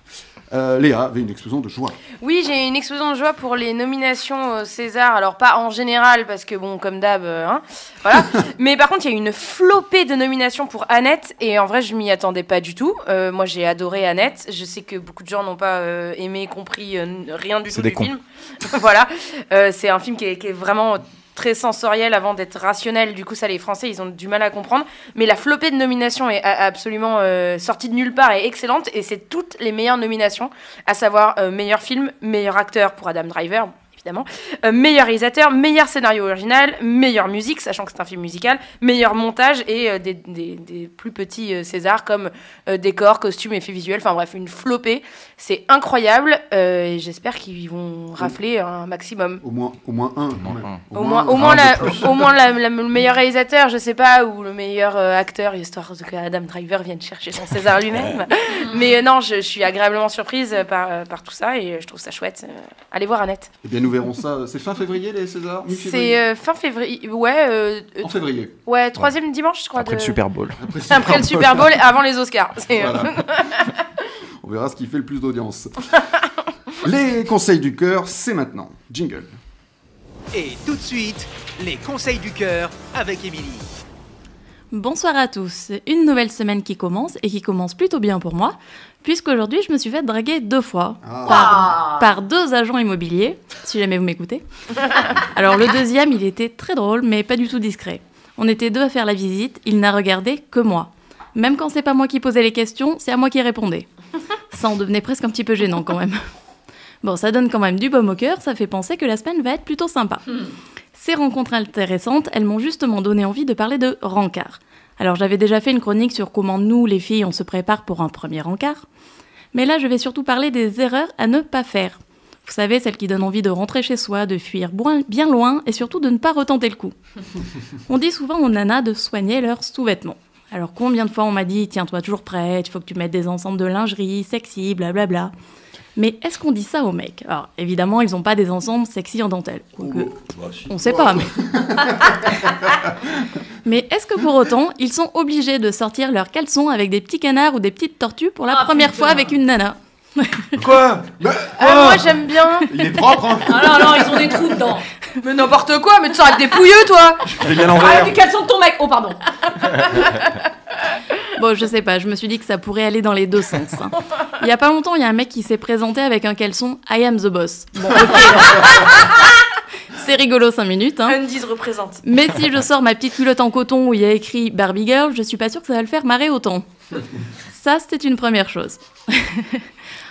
S2: Euh, Léa avait une explosion de joie.
S4: Oui, j'ai une explosion de joie pour les nominations au César. Alors, pas en général, parce que, bon, comme d'hab, euh, hein, voilà. Mais par contre, il y a eu une flopée de nominations pour Annette. Et en vrai, je m'y attendais pas du tout. Euh, moi, j'ai adoré Annette. Je sais que beaucoup de gens n'ont pas euh, aimé, compris euh, n- rien du
S6: C'est
S4: tout
S6: des
S4: du
S6: cons.
S4: film. voilà. Euh, c'est un film qui est, qui est vraiment très sensoriel avant d'être rationnel. Du coup, ça, les Français, ils ont du mal à comprendre. Mais la flopée de nominations est a- absolument euh, sortie de nulle part et excellente. Et c'est toutes les meilleures nominations, à savoir euh, meilleur film, meilleur acteur pour Adam Driver, évidemment, euh, meilleur réalisateur, meilleur scénario original, meilleure musique, sachant que c'est un film musical, meilleur montage et euh, des, des- des plus petits euh, Césars comme euh, décor, costume, effets visuels. Enfin bref, une flopée. C'est incroyable. euh, et j'espère qu'ils vont rafler un maximum.
S2: Au moins, au moins un.
S6: moins
S2: ouais.
S6: un.
S4: Au moins, au
S2: un.
S4: moins,
S6: un
S4: la-
S6: peu plus.
S4: au moins la- la- le meilleur réalisateur, je sais pas, ou le meilleur euh, acteur, histoire de que Adam Driver vienne chercher son César lui-même. Mais euh, non, je, je suis agréablement surprise euh, par, euh, par tout ça et euh, je trouve ça chouette. Euh, Allez voir Annette.
S2: Eh bien, nous verrons ça. C'est fin février, les Césars Mi-février
S4: C'est euh, fin février, ouais, euh, euh,
S2: En février.
S4: ouais, troisième dimanche, je crois.
S6: Après
S4: de-
S6: le Super Bowl.
S2: Après, c'est-
S4: Après le Super Bowl, avant les Oscars. C'est, euh,
S2: Voilà. On verra ce qui fait le plus d'audience. les conseils du cœur, c'est maintenant. Jingle.
S1: Et tout de suite, les conseils du cœur avec Émilie.
S8: Bonsoir à tous. Une nouvelle semaine qui commence et qui commence plutôt bien pour moi, puisqu'aujourd'hui je me suis fait draguer deux fois
S2: Ah.
S8: par, par deux agents immobiliers, si jamais vous m'écoutez. Alors le deuxième, il était très drôle, mais pas du tout discret. On était deux à faire la visite, il n'a regardé que moi. Même quand c'est pas moi qui posais les questions, c'est à moi qui répondais. Ça en devenait presque un petit peu gênant quand même. Bon, ça donne quand même du baume au cœur, ça fait penser que la semaine va être plutôt sympa.
S4: Hmm.
S8: Ces rencontres intéressantes, elles m'ont justement donné envie de parler de rencard. Alors j'avais déjà fait une chronique sur comment nous, les filles, on se prépare pour un premier rencard. Mais là, je vais surtout parler des erreurs à ne pas faire. Vous savez, celles qui donnent envie de rentrer chez soi, de fuir boin- bien loin et surtout de ne pas retenter le coup. On dit souvent aux nanas de soigner leurs sous-vêtements. Alors combien de fois on m'a dit tiens-toi toujours prête, il faut que tu mettes des ensembles de lingerie sexy, blablabla. Mais est-ce qu'on dit ça aux mecs Alors évidemment, ils n'ont pas des ensembles sexy en dentelle. Quoique,
S3: Bah, si.
S8: on sait pas, mais. mais est-ce que pour autant, ils sont obligés de sortir leurs caleçons avec des petits canards ou des petites tortues pour la
S5: Ah,
S8: première
S5: putain.
S8: fois avec une nana
S11: Quoi
S4: ah, moi j'aime bien.
S2: Il est propre, hein
S5: Ah non, non, ils ont des trous dedans.
S4: Mais n'importe quoi, mais tu sors avec des pouilleux, toi.
S11: Je l'ai mis à
S5: Ah,
S11: l'envers.
S5: du caleçon de ton mec. Oh, pardon.
S8: Bon, je sais pas, je me suis dit que ça pourrait aller dans les deux sens. hein. Il y a pas longtemps, il y a un mec qui s'est présenté avec un caleçon I am the boss. Bon, ok. C'est rigolo 5 minutes, hein.
S4: Undies représente.
S8: Mais si je sors ma petite culotte en coton où il y a écrit Barbie Girl, je suis pas sûre que ça va le faire marrer autant. Ça, c'était une première chose.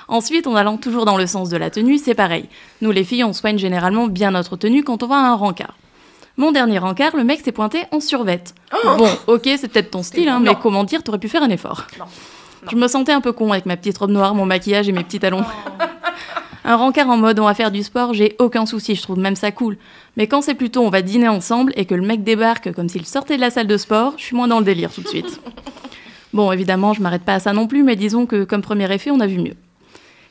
S8: Ensuite, en allant toujours dans le sens de la tenue, c'est pareil. Nous, les filles, on soigne généralement bien notre tenue quand on va à un rencard. Mon dernier rencard, le mec s'est pointé en survette. bon, ok, c'est peut-être ton style, hein,
S4: Non.
S8: mais comment dire, t'aurais pu faire un effort.
S4: Non.
S8: Je me sentais un peu con avec ma petite robe noire, mon maquillage et mes petits talons. un rencard en mode on va faire du sport, j'ai aucun souci, je trouve même ça cool. Mais quand c'est plutôt on va dîner ensemble et que le mec débarque comme s'il sortait de la salle de sport, je suis moins dans le délire tout de suite. Bon, évidemment, je m'arrête pas à ça non plus, mais disons que comme premier effet, on a vu mieux.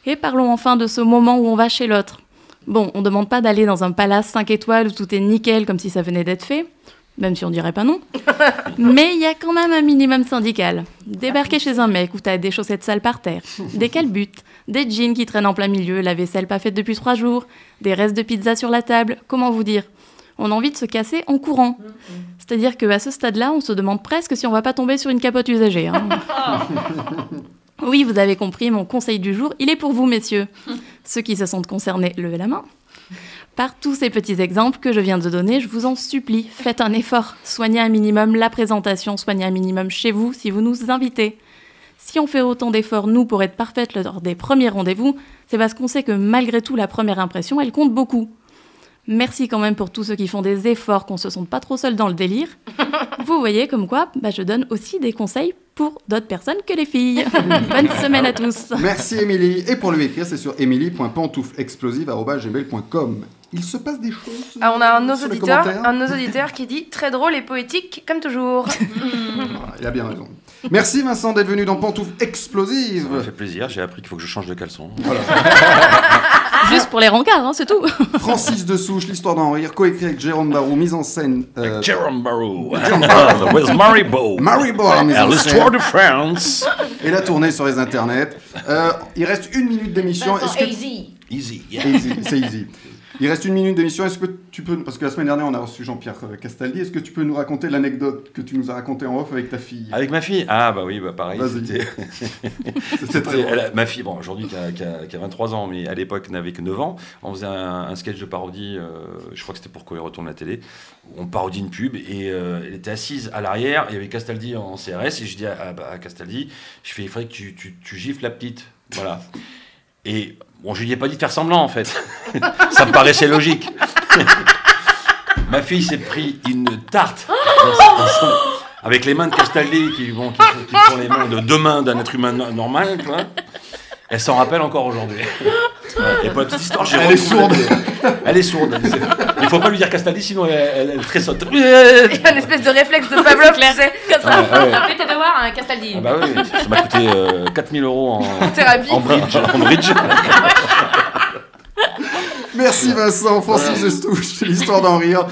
S8: Et parlons enfin de ce moment où on va chez l'autre. Bon, on demande pas d'aller dans un palace 5 étoiles où tout est nickel comme si ça venait d'être fait, même si on dirait pas non. Mais il y a quand même un minimum syndical. Débarquer chez un mec où t'as des chaussettes sales par terre, des calbutes, des jeans qui traînent en plein milieu, la vaisselle pas faite depuis trois jours, des restes de pizza sur la table, comment vous dire On a envie de se casser en courant. C'est-à-dire qu'à ce stade-là, on se demande presque si on va pas tomber sur une capote usagée. hein. Oui, vous avez compris, mon conseil du jour, il est pour vous, messieurs.
S4: Hum.
S8: Ceux qui se sentent concernés, levez la main. Par tous ces petits exemples que je viens de donner, je vous en supplie, faites un effort. Soignez un minimum la présentation, soignez un minimum chez vous si vous nous invitez. Si on fait autant d'efforts, nous, pour être parfaites lors des premiers rendez-vous, c'est parce qu'on sait que malgré tout, la première impression, elle compte beaucoup. Merci quand même pour tous ceux qui font des efforts, qu'on se sente pas trop seuls dans le délire. Vous voyez comme quoi, bah, je donne aussi des conseils pour d'autres personnes que les filles. Bonne semaine à tous.
S2: Merci Émilie. Et pour lui écrire, c'est sur emily.pantoufleexplosive.gmail.com. Il se passe des choses. euh,
S4: Ah, on a un de nos
S2: sur les
S4: auditeurs,
S2: commentaires
S4: un de nos auditeurs qui dit très drôle et poétique comme toujours.
S2: Voilà, Il a bien raison. Merci Vincent d'être venu dans Pantoufle
S3: Ça m'a fait
S2: Explosive.
S3: plaisir, j'ai appris qu'il faut que je change de caleçon.
S5: Ah.
S8: Juste pour les rencarts, hein, c'est tout.
S2: Francis de Souche, l'histoire d'en rire, coécrit avec Jérôme Barou, mise en scène. euh,
S3: Jerome Barrow, with Mary Bow,
S2: Mary Bow en mise en
S3: and l'histoire
S2: scène.
S3: de France.
S2: Et la tournée sur les internets. Euh, il reste une minute d'émission.
S5: Vincent
S2: Est-ce que-
S5: Hazy.
S3: Easy.
S2: Easy, c'est easy. Il reste une minute d'émission. Est-ce que tu peux, parce que la semaine dernière on a reçu Jean-Pierre euh, Castaldi, est-ce que tu peux nous raconter l'anecdote que tu nous as racontée en off avec ta fille
S7: Avec ma fille Ah, bah oui, bah pareil.
S2: Vas-y.
S7: c'était-
S2: C'était très
S7: elle a- ma fille, bon, aujourd'hui, qui a, qui a- qui a 23 ans, mais à l'époque, n'avait que 9 ans. On faisait un, un sketch de parodie, euh, je crois que c'était pour qu'on retourne la télé. où On parodie une pub et euh, elle était assise à l'arrière. Il y avait Castaldi en CRS et je dis à, à- à Castaldi Je fais, il faudrait que tu, tu- tu gifles la petite. Voilà. Et bon, je lui ai pas dit de faire semblant en fait. Ça me paraissait logique. Ma fille s'est pris une tarte dans son- avec les mains de Castaldi qui, bon, qui, font- qui font les mains de deux mains d'un être humain no- normal, tu vois. Elle s'en rappelle encore aujourd'hui. Ouais, Et pour la petite histoire, j'ai
S2: Elle est
S7: retrouvé-
S2: sourde.
S7: Elle est sourde. Il faut pas lui dire Castaldi, sinon elle, elle, elle tressaute.
S4: Il y a une espèce de réflexe de Pavlov, tu sais, comme ça.
S7: Ouais, ouais.
S5: Fais tes devoirs, hein, un Castaldi.
S7: Ah bah oui, ça m'a coûté 4000 euros en,
S4: Thérapie.
S7: en bridge. En bridge.
S2: Merci Vincent, Francis Estouche, c'est l'histoire d'en rire.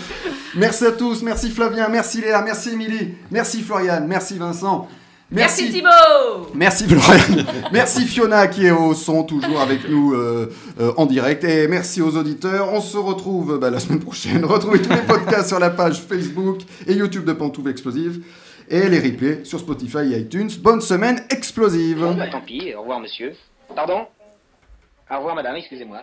S2: Merci à tous, merci Flavien, merci Léa, merci Émilie, merci Floriane, merci Vincent.
S5: Merci Thibaut
S2: Merci Florian, merci Fiona qui est au son toujours avec nous euh, euh, en direct et merci aux auditeurs. On se retrouve euh, bah, la semaine prochaine. Retrouvez tous les podcasts sur la page Facebook et YouTube de Pantoufles Explosives et les replays sur Spotify et iTunes. Bonne semaine explosive.
S6: Bon, bah, tant pis, au revoir monsieur. Pardon Au revoir madame, excusez-moi.